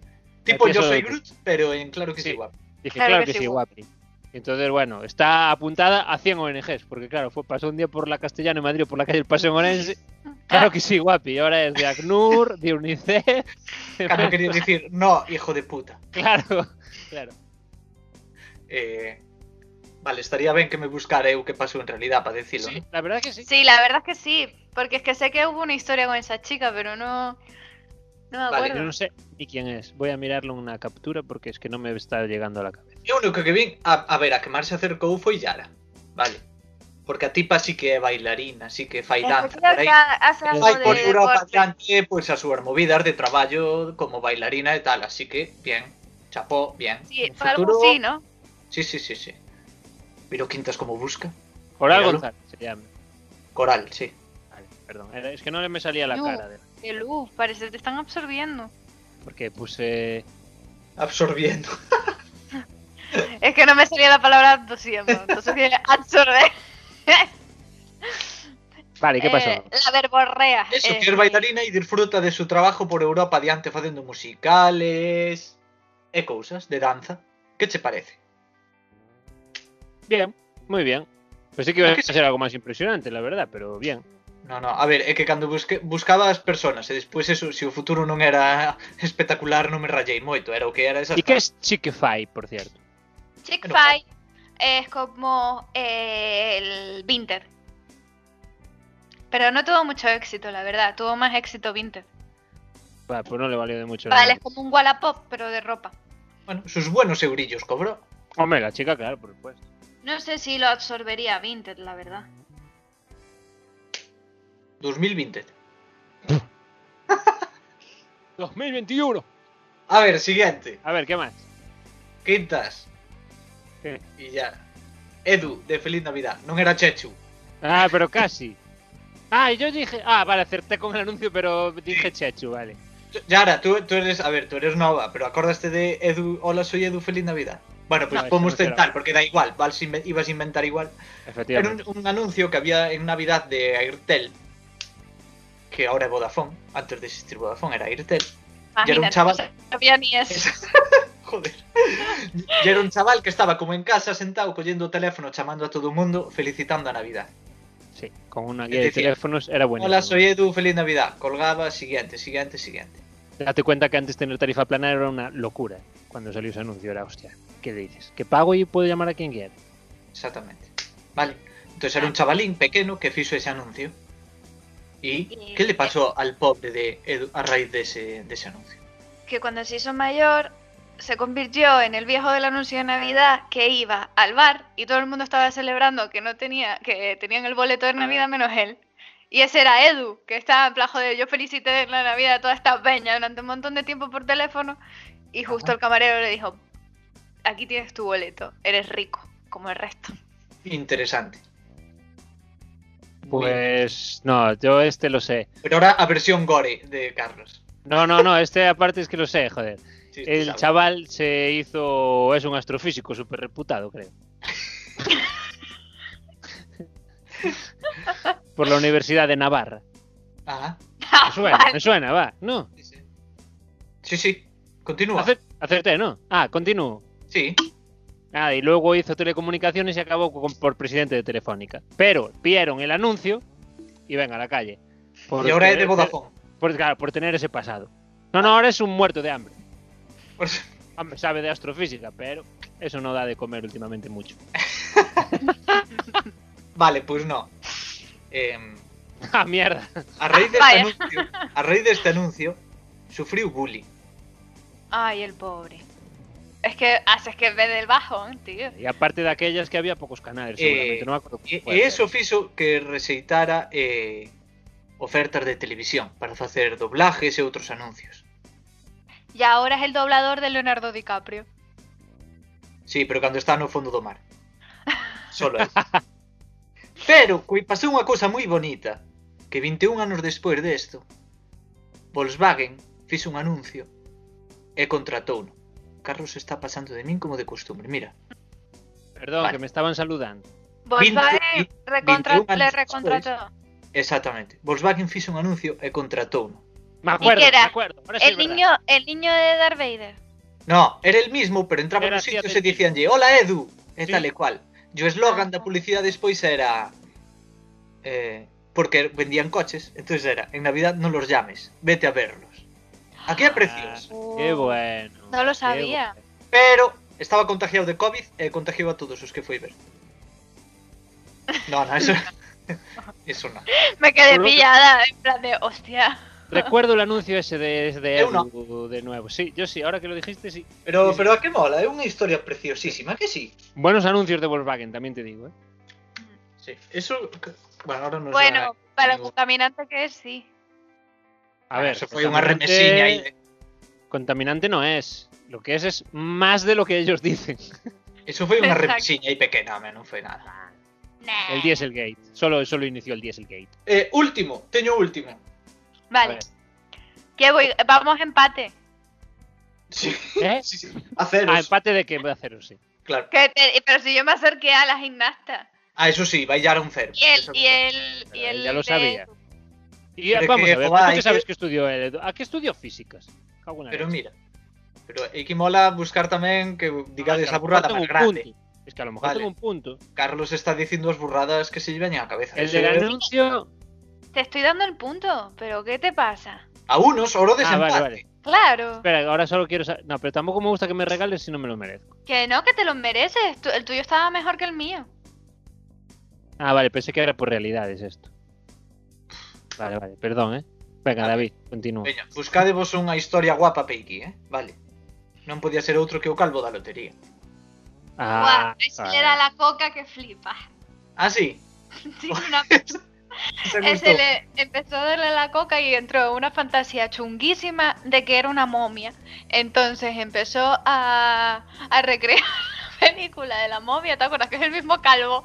Speaker 6: Tipo yo
Speaker 4: Empiezo
Speaker 6: soy
Speaker 4: de-
Speaker 6: Groot, pero en claro que sí,
Speaker 4: Sí.
Speaker 6: guapo.
Speaker 4: dije, claro, que, sí, guapi. Entonces, bueno, está apuntada a 100 ONGs, porque claro, fue, pasó un día por la Castellana en Madrid o por la calle del Paseo en Orense Claro que sí, guapi. Ahora es de ACNUR, de UNICEF. de- [LAUGHS]
Speaker 6: Claro, quería decir, no, hijo de puta.
Speaker 4: Claro, claro.
Speaker 6: Eh, Vale, estaría ben que me buscara eu que pasou en realidad para decirlo.
Speaker 4: Sí,
Speaker 6: Sí.
Speaker 4: la verdad es que sí.
Speaker 5: Sí, la verdad es que sí, porque es que sé que hubo una historia con esa chica, pero no, no me
Speaker 6: Vale,
Speaker 5: acuerdo.
Speaker 4: Yo no sé ni quién es. Voy a mirarlo en una captura porque es que no me está llegando a la cabeza.
Speaker 6: E o único que vin, a, a ver, a que máis se acercou foi Yara. Vale. Porque a tipa sí que é bailarina, sí que fai danza.
Speaker 5: Creo que
Speaker 6: Por aí,
Speaker 5: ha- hace algo
Speaker 6: fai
Speaker 5: de
Speaker 6: por
Speaker 5: deporte.
Speaker 6: Europa adiante, pois as súas movidas de traballo como bailarina e tal, así que, bien, chapó, bien.
Speaker 5: Sí,
Speaker 6: No
Speaker 5: fue algo
Speaker 6: futuro-
Speaker 5: así, ¿no?
Speaker 6: Sí, sí, sí, sí. Miro Quintas como busca.
Speaker 4: Coral
Speaker 6: Míralo.
Speaker 4: González se llama.
Speaker 6: Coral, sí.
Speaker 4: Vale, perdón. Era- Es que no me salía la
Speaker 5: No.
Speaker 4: cara. de-
Speaker 5: De luz, parece que te están absorbiendo.
Speaker 4: Porque puse.
Speaker 6: Absorbiendo.
Speaker 5: Es que no me salía la palabra absorbiendo, entonces que
Speaker 4: [LAUGHS]
Speaker 5: absorber.
Speaker 4: Vale, ¿y ¿qué pasó?
Speaker 5: Eh, la verborrea.
Speaker 6: Eso,
Speaker 5: [LAUGHS] eh,
Speaker 6: que es bailarina e disfruta de su trabajo por Europa adiante facendo musicales e cousas de danza. Que che parece?
Speaker 4: Bien, muy bien. Pensé que iba a
Speaker 6: Es que
Speaker 4: ser algo más impresionante, la verdad, pero bien.
Speaker 6: No, no, a ver, é que cando busque, buscaba as personas e despois eso, se o futuro non era [LAUGHS] espectacular, non me rayei moito, era o que era esa.
Speaker 4: ¿Y qué es Chiquify, por cierto?
Speaker 5: Chick Fil es como eh, el Vinter. Pero no tuvo mucho éxito, la verdad. Tuvo más éxito Vinter.
Speaker 4: Va, pues no le valió de mucho. el
Speaker 5: Vale, es
Speaker 4: nombre.
Speaker 5: como un Wallapop, pero de ropa.
Speaker 6: Bueno, sus buenos eurillos cobró.
Speaker 4: Hombre, la chica, claro, por supuesto.
Speaker 5: No sé si lo absorbería Vinted, la verdad.
Speaker 6: 2020.
Speaker 4: 2021.
Speaker 6: A ver, siguiente.
Speaker 4: A ver, ¿qué más?
Speaker 6: Quintas.
Speaker 4: ¿Qué?
Speaker 6: E ya. Edu, de Feliz Navidad. Non era Chechu.
Speaker 4: Ah, pero casi. Ah, y yo dije. Ah, vale, acerté con el anuncio, pero dije Chechu, vale.
Speaker 6: Yara, tú, tú eres, a ver, tú eres nova, pero acordaste de Edu, hola, soy Edu, feliz Navidad. Bueno, pues
Speaker 4: No, eso
Speaker 6: podemos
Speaker 4: no será.
Speaker 6: tentar, porque da igual, vas a inven- ibas a inventar igual. Era
Speaker 4: Efectivamente.
Speaker 6: un, un anuncio que había en Navidad de Airtel, que ahora es Vodafone, antes de existir Vodafone era Airtel. [LAUGHS] Y era un
Speaker 5: Imagínate,
Speaker 6: chaval.
Speaker 5: No sabía ni eso.
Speaker 6: Joder. Y era un chaval que estaba como en casa, sentado, cogiendo o teléfono, chamando a todo el mundo, felicitando a Navidad.
Speaker 4: Sí, con una
Speaker 6: Es
Speaker 4: guía de
Speaker 6: decir,
Speaker 4: teléfonos era bueno.
Speaker 6: Hola, soy Edu, feliz Navidad. Colgaba, siguiente, siguiente, siguiente.
Speaker 4: Date cuenta que antes tener tarifa plana era una locura. Cuando salió ese anuncio era, hostia, ¿qué dices? Que pago y puedo llamar a quien quiera.
Speaker 6: Exactamente. Vale. Entonces era un chavalín pequeño que hizo ese anuncio. ¿Y
Speaker 5: Y-
Speaker 6: qué le pasó al pobre de Edu a raíz de ese, de ese anuncio?
Speaker 5: Que cuando se hizo mayor, se convirtió en el viejo del anuncio de Navidad que iba al bar y todo el mundo estaba celebrando que no tenía, que tenían el boleto de Navidad
Speaker 6: Ah.
Speaker 5: menos él. Y ese era Edu, que estaba en plan, joder, yo felicité en la Navidad a toda esta peña durante un montón de tiempo por teléfono. Y
Speaker 6: Ah,
Speaker 5: justo el camarero le dijo, aquí tienes tu boleto, eres rico, como el resto.
Speaker 6: Interesante.
Speaker 4: Pues no, yo este lo sé.
Speaker 6: Pero ahora a versión gore de Carlos.
Speaker 4: No, no, no, este aparte es que lo sé, joder.
Speaker 6: Sí, tú
Speaker 4: El
Speaker 6: sabes.
Speaker 4: chaval se hizo. Es un astrofísico súper reputado,
Speaker 6: [LAUGHS]
Speaker 4: creo. Por la Universidad de Navarra.
Speaker 6: Ajá. Ah,
Speaker 4: Me
Speaker 5: [LAUGHS]
Speaker 4: suena, me suena, va. No.
Speaker 6: Sí, sí. Sí, sí. Continúa.
Speaker 4: Acer- Acerté, ¿no? Ah, continúo.
Speaker 6: Sí.
Speaker 4: Nada, y luego hizo telecomunicaciones y acabó con- por presidente de Telefónica. Pero vieron el anuncio y ven a la calle. Por
Speaker 6: Y ahora es de
Speaker 4: tener-
Speaker 6: Vodafone.
Speaker 4: Por, claro, por tener ese pasado. No, no, ahora es un muerto de hambre.
Speaker 6: Por-
Speaker 4: Hombre, sabe de astrofísica, pero eso no da de comer últimamente mucho. [LAUGHS]
Speaker 6: Vale, pues no. Em,
Speaker 4: ¡Ah, mierda!
Speaker 6: a, raíz de este
Speaker 5: Vaya.
Speaker 6: anuncio, a raíz de este anuncio, sufrió bullying.
Speaker 5: Ay, el pobre. Es que haces que ve del bajón, tío.
Speaker 4: Y aparte de aquellas que había pocos canales,
Speaker 6: Eh,
Speaker 4: seguramente. no me acuerdo.
Speaker 6: E,
Speaker 4: cuál
Speaker 6: e
Speaker 4: era.
Speaker 6: eso fixo que rexeitara eh, ofertas de televisión para facer doblajes e outros anuncios.
Speaker 5: Y ahora es el doblador de Leonardo DiCaprio.
Speaker 6: Sí, pero cando está no fondo do mar. Solo aí. [LAUGHS] pero coi pasou unha cousa moi bonita, que 21 anos despois desto, Volkswagen fixo un anuncio e contratouno. Carlos está pasando de min como de costumbre, mira.
Speaker 4: Perdón,
Speaker 6: Vale.
Speaker 4: que me estaban saludando.
Speaker 5: Volkswagen
Speaker 6: 20,
Speaker 5: recontra-
Speaker 6: 21
Speaker 5: le
Speaker 4: pues.
Speaker 6: años
Speaker 5: recontrató.
Speaker 6: Exactamente. Volkswagen fixo un anuncio e contratouno.
Speaker 4: Me acuerdo,
Speaker 5: qué
Speaker 4: me
Speaker 5: era?
Speaker 4: acuerdo. Ahora sí
Speaker 5: El
Speaker 4: es verdad.
Speaker 5: niño, el niño de Darth Vader.
Speaker 6: No, era el mismo, pero entraba
Speaker 4: Era
Speaker 6: nos
Speaker 4: así a
Speaker 6: sitios e
Speaker 4: decir.
Speaker 6: dicíanlle Hola Edu, e
Speaker 4: Sí. Ah.
Speaker 6: tal e cual. E o eslogan da publicidade despois era eh, porque vendían coches, entonces era en Navidad non los llames, vete
Speaker 4: Ah.
Speaker 6: a verlos. Aquí é precioso,
Speaker 4: Qué bueno.
Speaker 5: No lo
Speaker 4: qué
Speaker 5: sabía.
Speaker 4: bueno.
Speaker 6: pero Estaba contagiado de COVID e contagiou a todos os que foi ver. No, no, eso... [LAUGHS] eso no.
Speaker 5: Me quedé
Speaker 4: Por lo que-
Speaker 5: pillada, en plan de, hostia.
Speaker 4: Recuerdo el anuncio ese de, de
Speaker 6: Eu no.
Speaker 4: Edu de nuevo. Sí, yo sí, ahora que lo dijiste, sí.
Speaker 6: Pero, pero a que mola, é unha historia preciosísima, que sí.
Speaker 4: Buenos anuncios de Volkswagen, también te digo. ¿eh?
Speaker 6: Sí, eso... Bueno, ahora non
Speaker 4: eh,
Speaker 5: Bueno, para el
Speaker 6: ningún-
Speaker 5: contaminante que es, sí.
Speaker 4: A ver,
Speaker 6: Eso foi unha
Speaker 4: contaminante-
Speaker 6: remesiña aí. de-
Speaker 4: Contaminante no es. Lo que es es más de lo que ellos dicen.
Speaker 6: Eso foi unha
Speaker 5: Exacto.
Speaker 6: remesiña aí pequena, home, non foi nada.
Speaker 5: Nah.
Speaker 4: El Dieselgate. Solo, solo inició el Dieselgate.
Speaker 6: Eh, último, teño o último.
Speaker 5: Vale.
Speaker 4: A ver.
Speaker 5: ¿Qué voy? Vamos empate.
Speaker 6: Sí, [LAUGHS]
Speaker 4: ¿Eh?
Speaker 6: sí, sí. A ceros,
Speaker 4: Ah, empate de que va a cero, sí.
Speaker 6: claro.
Speaker 5: Que te- pero si yo me acerqué a la gimnasta.
Speaker 6: Ah, eso sí, vai llegar a un cero.
Speaker 5: Y el,
Speaker 6: Eso-
Speaker 5: y el, y el
Speaker 4: Eh, Ya lo
Speaker 5: de-
Speaker 4: sabía. Y
Speaker 6: Pero es
Speaker 4: vamos
Speaker 6: que,
Speaker 4: a ver,
Speaker 6: joder,
Speaker 4: ¿tú
Speaker 6: hay
Speaker 4: qué
Speaker 6: que-
Speaker 4: sabes que estudió el Edu? ¿A qué estudió físicas? Cago en la
Speaker 6: Pero
Speaker 4: leche.
Speaker 6: mira, pero é que mola buscar tamén que digades
Speaker 4: Ah, que a
Speaker 6: a
Speaker 4: lo
Speaker 6: burrada
Speaker 4: mejor tengo
Speaker 6: máis
Speaker 4: un
Speaker 6: grande.
Speaker 4: punto. Es que a lo mejor
Speaker 6: Vale.
Speaker 4: tengo un punto.
Speaker 6: Carlos está dicindo as burradas que se lle veñen á cabeza.
Speaker 4: El
Speaker 6: Eso
Speaker 4: del
Speaker 6: é-
Speaker 4: anuncio.
Speaker 5: Te estoy dando el punto, pero ¿qué te pasa?
Speaker 6: A unos, oro
Speaker 4: Ah,
Speaker 6: desempate.
Speaker 4: vale, vale.
Speaker 5: Claro,
Speaker 4: Espera, ahora solo quiero saber. No, pero tampoco me gusta que me regales si no me lo merezco.
Speaker 5: que no, que te lo mereces. Tú- el tuyo estaba mejor que el mío.
Speaker 4: Ah, vale, pensé que era por realidades esto. Vale, vale, perdón, ¿eh? Venga,
Speaker 6: Vale.
Speaker 4: David, continúa.
Speaker 6: Veña, buscadevos unha historia guapa peiqui, eh? Vale. Non podía ser outro que o calvo da lotería.
Speaker 5: Guau,
Speaker 4: Ah,
Speaker 5: ese
Speaker 4: vale.
Speaker 5: le da la coca que flipa. [LAUGHS]
Speaker 6: Ah, sí.
Speaker 5: Sí,
Speaker 4: [LAUGHS]
Speaker 5: una-
Speaker 6: Se
Speaker 5: ese
Speaker 6: gustou.
Speaker 5: le empezó a darle la coca y entró una fantasía chunguísima de que era una momia. Entonces empezó a, a recrear [LAUGHS] la película de la momia, ¿te acuerdas? Que es el mismo calvo.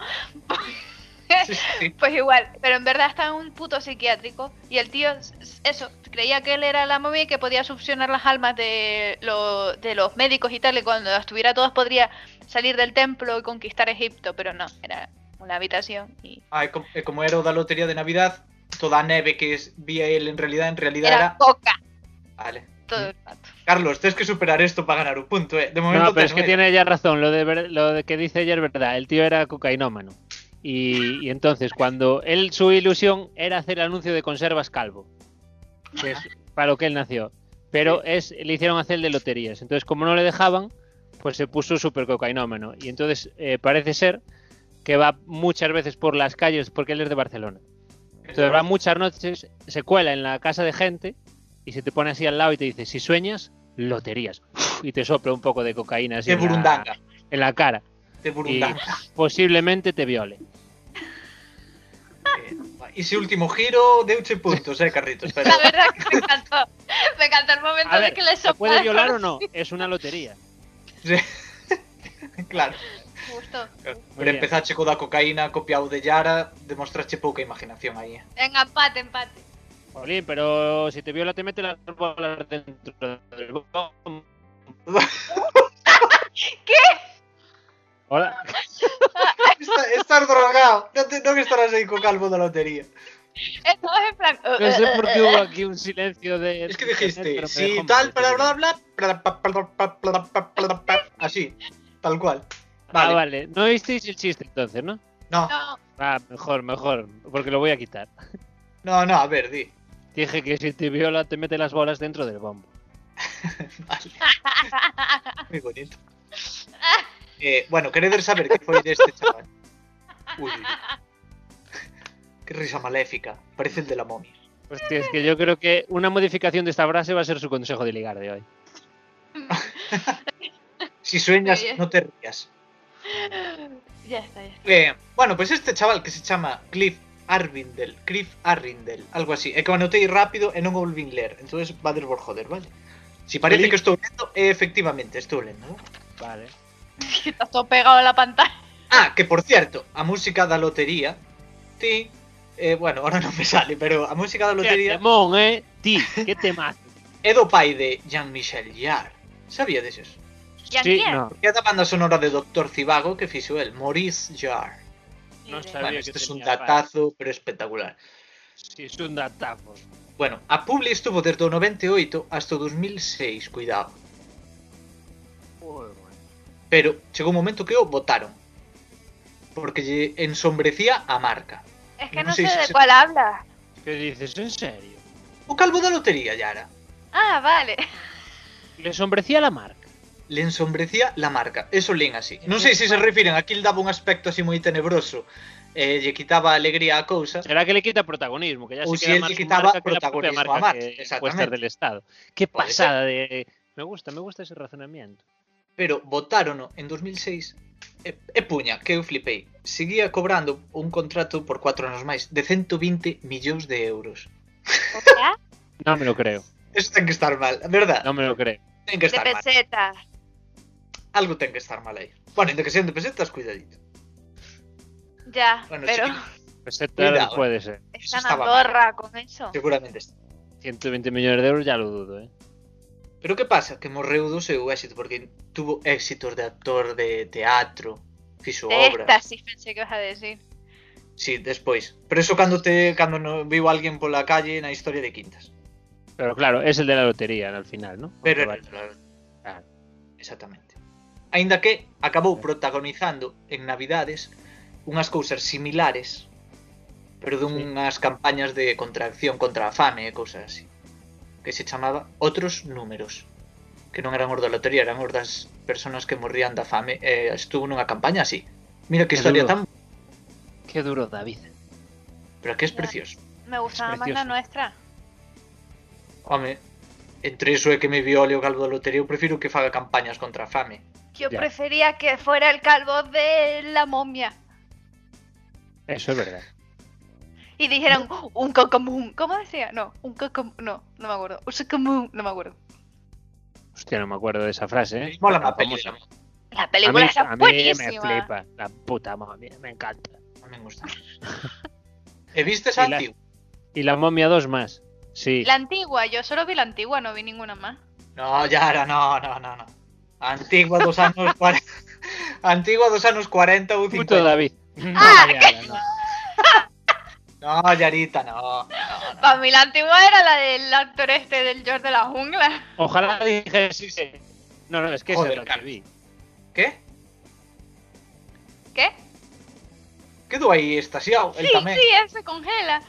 Speaker 6: Sí, sí.
Speaker 5: Pues igual, pero en verdad está en un puto psiquiátrico y el tío, s- s- eso, creía que él era la momia y que podía succionar las almas de, lo- de los médicos y tal, y cuando las tuviera todas podría salir del templo y conquistar Egipto, pero no, era una habitación y
Speaker 6: Ah, e com- e como era o da lotería de Navidad, toda a neve que es- vía el en realidad, en realidad era...
Speaker 5: era coca
Speaker 6: Vale.
Speaker 4: Mm.
Speaker 5: todo el
Speaker 4: [LAUGHS]
Speaker 5: rato.
Speaker 6: Carlos, tens que superar esto para ganar un punto, eh? De momento
Speaker 4: No, pero
Speaker 6: tes
Speaker 4: es que
Speaker 6: medo.
Speaker 4: tiene ella razón, lo, de ver- lo de que dice ella es verdad, el tío era cocainómano. Y, y entonces, cuando él, su ilusión era hacer el anuncio de conservas calvo, que es para lo que él nació, pero es le hicieron hacer el de loterías. Entonces, como no le dejaban, pues se puso súper cocainómano. Y entonces eh, parece ser que va muchas veces por las calles, porque él es de Barcelona. Entonces va muchas noches, se cuela en la casa de gente y se te pone así al lado y te dice, si sueñas, loterías. Y te sopla un poco de cocaína así
Speaker 6: De
Speaker 4: en la,
Speaker 6: Burundanga.
Speaker 4: en la cara.
Speaker 6: De
Speaker 4: Y
Speaker 6: Burundanga.
Speaker 4: posiblemente te viole.
Speaker 6: Eh, Ese último giro deuche puntos, eh, Carlitos. Pero
Speaker 5: La verdad que me encantó, me encantó el momento
Speaker 4: A ver,
Speaker 5: de que le
Speaker 4: ¿Se puede
Speaker 5: soplaron.
Speaker 4: violar o no? Es una lotería.
Speaker 6: claro,
Speaker 5: Me gustó.
Speaker 6: pero empezaste con la cocaína, copiado de Yara, demostraste poca imaginación ahí. eh.
Speaker 5: Venga, empate, empate.
Speaker 4: Jolín, pero si te viola te mete las bolas dentro del bombo.
Speaker 5: ¿Qué?
Speaker 4: Hola.
Speaker 6: Está- estás drogado, no, te, no que estarás ahí con calvo de lotería.
Speaker 5: Estamos Eh, en
Speaker 4: [LAUGHS]
Speaker 5: plan... eh,
Speaker 4: No sé por qué hubo aquí un silencio de...
Speaker 6: Es que
Speaker 4: de- pero
Speaker 6: dijiste,
Speaker 4: me
Speaker 6: si
Speaker 4: dejó
Speaker 6: tal,
Speaker 4: mal".
Speaker 6: bla, bla, bla, bla, pa, pa, pa, pa, pa, pa, pa, así, tal cual.
Speaker 4: Ah,
Speaker 6: Vale,
Speaker 4: vale. No visteis el chiste entonces, ¿no?
Speaker 6: no,
Speaker 5: No,
Speaker 4: Ah, mejor, mejor, porque lo voy a quitar.
Speaker 6: no, no, a ver, di.
Speaker 4: Dije que si te viola te mete las bolas dentro del bombo.
Speaker 6: Vale. Muy bonito. Eh, bueno, queredes saber que foi deste este chaval. Ui. Que risa maléfica. Parece el de la momia.
Speaker 4: Hostia, es Pues que yo creo que una modificación de esta frase va a ser su consejo de ligar de hoy.
Speaker 6: Si sueñas,
Speaker 5: Muy bien.
Speaker 6: no te rías.
Speaker 5: ya está, ya está.
Speaker 6: Eh, bueno, pues este chaval que se chama Cliff Arvindel, Cliff Arvindel, algo así. É que o anotei rápido e non o volvín ler. Entonces va a por joder, vale? Si parece
Speaker 4: Cliff.
Speaker 6: que estou lendo, é efectivamente estou lendo. ¿no?
Speaker 4: Vale.
Speaker 5: Que Está todo pegado a la pantalla.
Speaker 6: Ah, que por cierto, a música da lotería. Ti, eh, bueno, ahora non me sale, pero a música da
Speaker 4: Qué
Speaker 6: lotería
Speaker 4: temón, eh. Ti, qué temazo.
Speaker 6: é do pai de Jean-Michel Jarre. Sabíades eso?
Speaker 5: ¿Y a
Speaker 4: Sí,
Speaker 5: quién?
Speaker 4: no,
Speaker 6: Que é da banda sonora de Doctor Cibago que fixo el, Maurice Jarre.
Speaker 4: no
Speaker 5: Mira.
Speaker 4: sabía
Speaker 6: Bueno,
Speaker 4: que
Speaker 6: este es un
Speaker 4: tenía
Speaker 6: datazo, pero espectacular.
Speaker 4: fans. Sí, es un datazo.
Speaker 6: Bueno, a Publi estuvo desde o 98 hasta o 2006, cuidado. Pero chegou un momento que o votaron. Porque lle ensombrecía a marca.
Speaker 5: Es que
Speaker 6: No
Speaker 5: no,
Speaker 6: sé
Speaker 5: sé,
Speaker 6: si
Speaker 5: de
Speaker 6: se-
Speaker 5: cuál habla.
Speaker 4: ¿Qué dices? ¿En serio?
Speaker 6: O calvo da lotería, Yara.
Speaker 4: [LAUGHS]
Speaker 5: Ah, vale.
Speaker 4: Le sombrecía la marca.
Speaker 6: le ensombrecía la marca. Eso leen así. Non sei se se refiren, aquí le daba un aspecto así moi tenebroso, eh, lle quitaba a alegría á cousa.
Speaker 4: Será que le quita protagonismo, que ya
Speaker 6: O
Speaker 4: se
Speaker 6: si
Speaker 4: queda
Speaker 6: él
Speaker 4: más
Speaker 6: le
Speaker 4: su
Speaker 6: quitaba
Speaker 4: marca que la propia
Speaker 6: protagonismo a
Speaker 4: marca
Speaker 6: Matt,
Speaker 4: que encuestas
Speaker 6: exactamente.
Speaker 4: del Estado. Qué
Speaker 6: Puede ser.
Speaker 4: pasada de me gusta, me gusta ese razonamiento.
Speaker 6: pero votárono en 2006 e, e puña, que eu flipei. Seguía cobrando un contrato por 4 anos máis de 120 millóns de euros.
Speaker 5: Ojalá
Speaker 4: No me lo creo,
Speaker 6: Eso ten que estar mal, a verdad?
Speaker 4: no me lo creo.
Speaker 6: ten que
Speaker 5: de
Speaker 6: estar mal.
Speaker 5: pesetas.
Speaker 6: Algo ten que estar mal aí. Bueno, ainda que sean de pesetas, cuidadito.
Speaker 5: Ya,
Speaker 6: Bueno,
Speaker 5: pero
Speaker 6: sí,
Speaker 4: Peseta
Speaker 6: Cuidado.
Speaker 4: no Pues puede ser.
Speaker 5: está en
Speaker 6: estaba mal.
Speaker 5: Andorra con eso.
Speaker 6: Seguramente está.
Speaker 4: 120 millones de euros ya lo dudo, ¿eh?
Speaker 6: Pero que pasa? Que morreu do seu éxito, porque tuvo éxitos de actor de teatro, fixo
Speaker 5: De
Speaker 6: obras.
Speaker 5: éxtasis pensé que ibas a decir.
Speaker 6: Sí, despois. Pero eso cando te cando no, viu alguén pola calle na historia de Quintas.
Speaker 4: Pero claro, es el de la lotería al final, ¿no? Aunque
Speaker 6: Pero era
Speaker 4: vale.
Speaker 6: claro.
Speaker 4: Claro.
Speaker 6: Exactamente. Aínda que acabou protagonizando en Navidades unhas cousas similares, pero dunhas campañas de contracción contra a fame e cousas así, que se chamaba Outros Números, que non eran os da lotería, eran os das persoas que morrían da fame, e estuvo nunha campaña así. Mira
Speaker 4: Que
Speaker 6: que historia
Speaker 4: duro.
Speaker 6: tan...
Speaker 4: Qué duro, David.
Speaker 6: Pero que es precioso.
Speaker 5: Me gustaba más la
Speaker 4: precioso.
Speaker 5: nuestra.
Speaker 6: Home, entre iso e que me viole o calvo da lotería, eu prefiro que faga campañas contra a fame.
Speaker 5: Yo
Speaker 4: Ya.
Speaker 5: prefería que fuera el calvo de la momia.
Speaker 4: Eso es verdad.
Speaker 5: Y dijeran un cocomún. ¿Cómo decía? No, un cocomún. No, no me acuerdo. Un socomún. No me acuerdo.
Speaker 4: Hostia, no me acuerdo de esa frase, ¿eh?
Speaker 6: Mola
Speaker 4: Tan
Speaker 6: má peli,
Speaker 4: famosa.
Speaker 6: a mí-
Speaker 5: La
Speaker 4: A mí,
Speaker 5: película está
Speaker 4: a mí
Speaker 5: buenísima.
Speaker 4: me flipa. La puta momia, me encanta.
Speaker 6: a mí me gusta. e vistes
Speaker 4: Y la-
Speaker 6: antigo?
Speaker 4: Y la momia 2 más. Sí.
Speaker 5: La antigua, yo solo vi la antigua, no vi ninguna más.
Speaker 6: No, Yara, no, no, no, no. Antigua dos anos 40. [LAUGHS] Antigua dos anos 40 ou
Speaker 4: Puto
Speaker 6: 50.
Speaker 4: David. No,
Speaker 5: Ah,
Speaker 4: ya, ya, no.
Speaker 6: No, Yarita, no. no,
Speaker 4: Ah.
Speaker 6: no.
Speaker 5: Para mí la antigua era la del actor este del George de la jungla.
Speaker 4: [LAUGHS] Ojalá dije sí, sí. No, no, es que esa
Speaker 6: Joder,
Speaker 4: es la que
Speaker 6: Carlos.
Speaker 4: vi.
Speaker 6: Que?
Speaker 5: ¿Qué?
Speaker 6: Quedou aí estasiado, el
Speaker 5: Sí,
Speaker 6: tamén.
Speaker 5: sí, él se congela.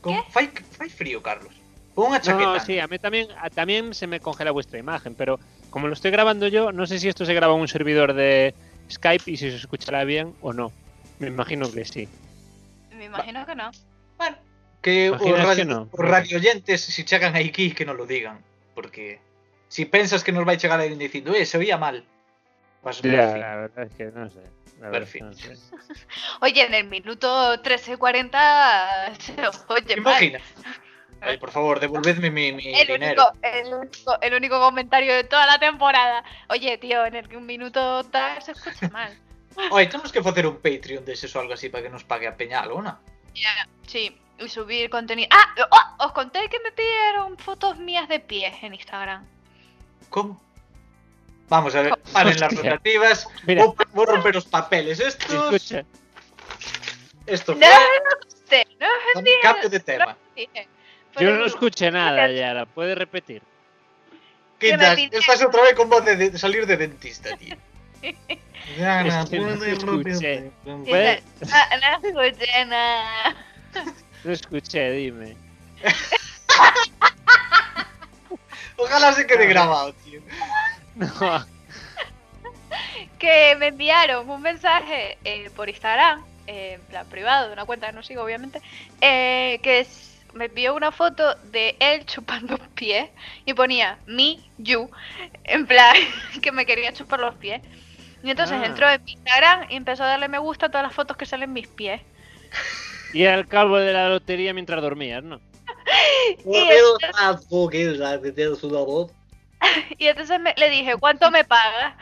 Speaker 6: Con... Fai, fai frío, Carlos. Pon unha
Speaker 4: No,
Speaker 6: chaqueta.
Speaker 4: no, sí, a mí también, a- también se me congela vuestra imagen, pero como lo estoy grabando yo, no sé si esto se graba en un servidor de Skype y si se escuchará bien o no. Me imagino que sí.
Speaker 5: Me imagino que no.
Speaker 6: Bueno, que os
Speaker 4: Imaginas
Speaker 6: radio,
Speaker 4: que no.
Speaker 6: os radioyentes, se si chegan aquí, que non lo digan. Porque si pensas que nos vai chegar alguén dicindo, eh, se oía mal. Vas
Speaker 4: Ya,
Speaker 6: ver,
Speaker 4: la verdad es que no sé. La verdad,
Speaker 6: Perfil.
Speaker 4: no sé.
Speaker 5: Oye, en el minuto 13.40 se oye mal.
Speaker 6: Imagina. Ay, por favor, devolvedme mi, mi
Speaker 5: El
Speaker 6: dinero.
Speaker 5: único, el, único, el único comentario de toda la temporada. Oye, tío, en el que un minuto tal se
Speaker 6: [LAUGHS]
Speaker 5: escucha mal.
Speaker 6: Oi, temos que facer un Patreon deses ou algo así para que nos pague a peña algo, non?
Speaker 5: Ya, sí, y subir contenido. ¡Ah! ¡Oh! Os conté que me pidieron fotos mías de pies en Instagram.
Speaker 6: ¿Cómo? Vamos a ver,
Speaker 4: [LAUGHS]
Speaker 6: paren las
Speaker 4: Hostia.
Speaker 6: rotativas.
Speaker 4: Mira.
Speaker 6: Vou, vou romper os papeles. Esto,
Speaker 4: Escucha,
Speaker 6: esto
Speaker 5: No, no, conté, no,
Speaker 6: fue un cambio de tema.
Speaker 5: dije.
Speaker 4: yo
Speaker 5: Pero
Speaker 4: no escuché nada, Yara. ¿Puedes repetir?
Speaker 5: que me
Speaker 6: Quintas,
Speaker 5: pinte-
Speaker 6: estás otra vez con voz de, de salir de dentista, tío. Ya,
Speaker 4: Es
Speaker 6: na,
Speaker 4: que no
Speaker 6: pude
Speaker 4: te escuché.
Speaker 5: Sí,
Speaker 6: romper-
Speaker 4: Puede-
Speaker 5: no, no, escuché nada.
Speaker 4: No escuché, dime. [LAUGHS]
Speaker 6: Ojalá se quede grabado, tío.
Speaker 4: No,
Speaker 5: que me enviaron un mensaje eh, por Instagram, eh, en plan privado, de una cuenta que no sigo obviamente, eh, que es- me envió una foto de él chupando pies y ponía me, you, en plan [LAUGHS] que me quería chupar los pies. Y entonces
Speaker 4: Ah.
Speaker 5: entró en mi Instagram y empezó a darle me gusta a todas las fotos que salen mis pies. [LAUGHS]
Speaker 4: Y era el calvo de la lotería mientras dormías, ¿no?
Speaker 5: Y entonces me- le dije, ¿cuánto me pagas?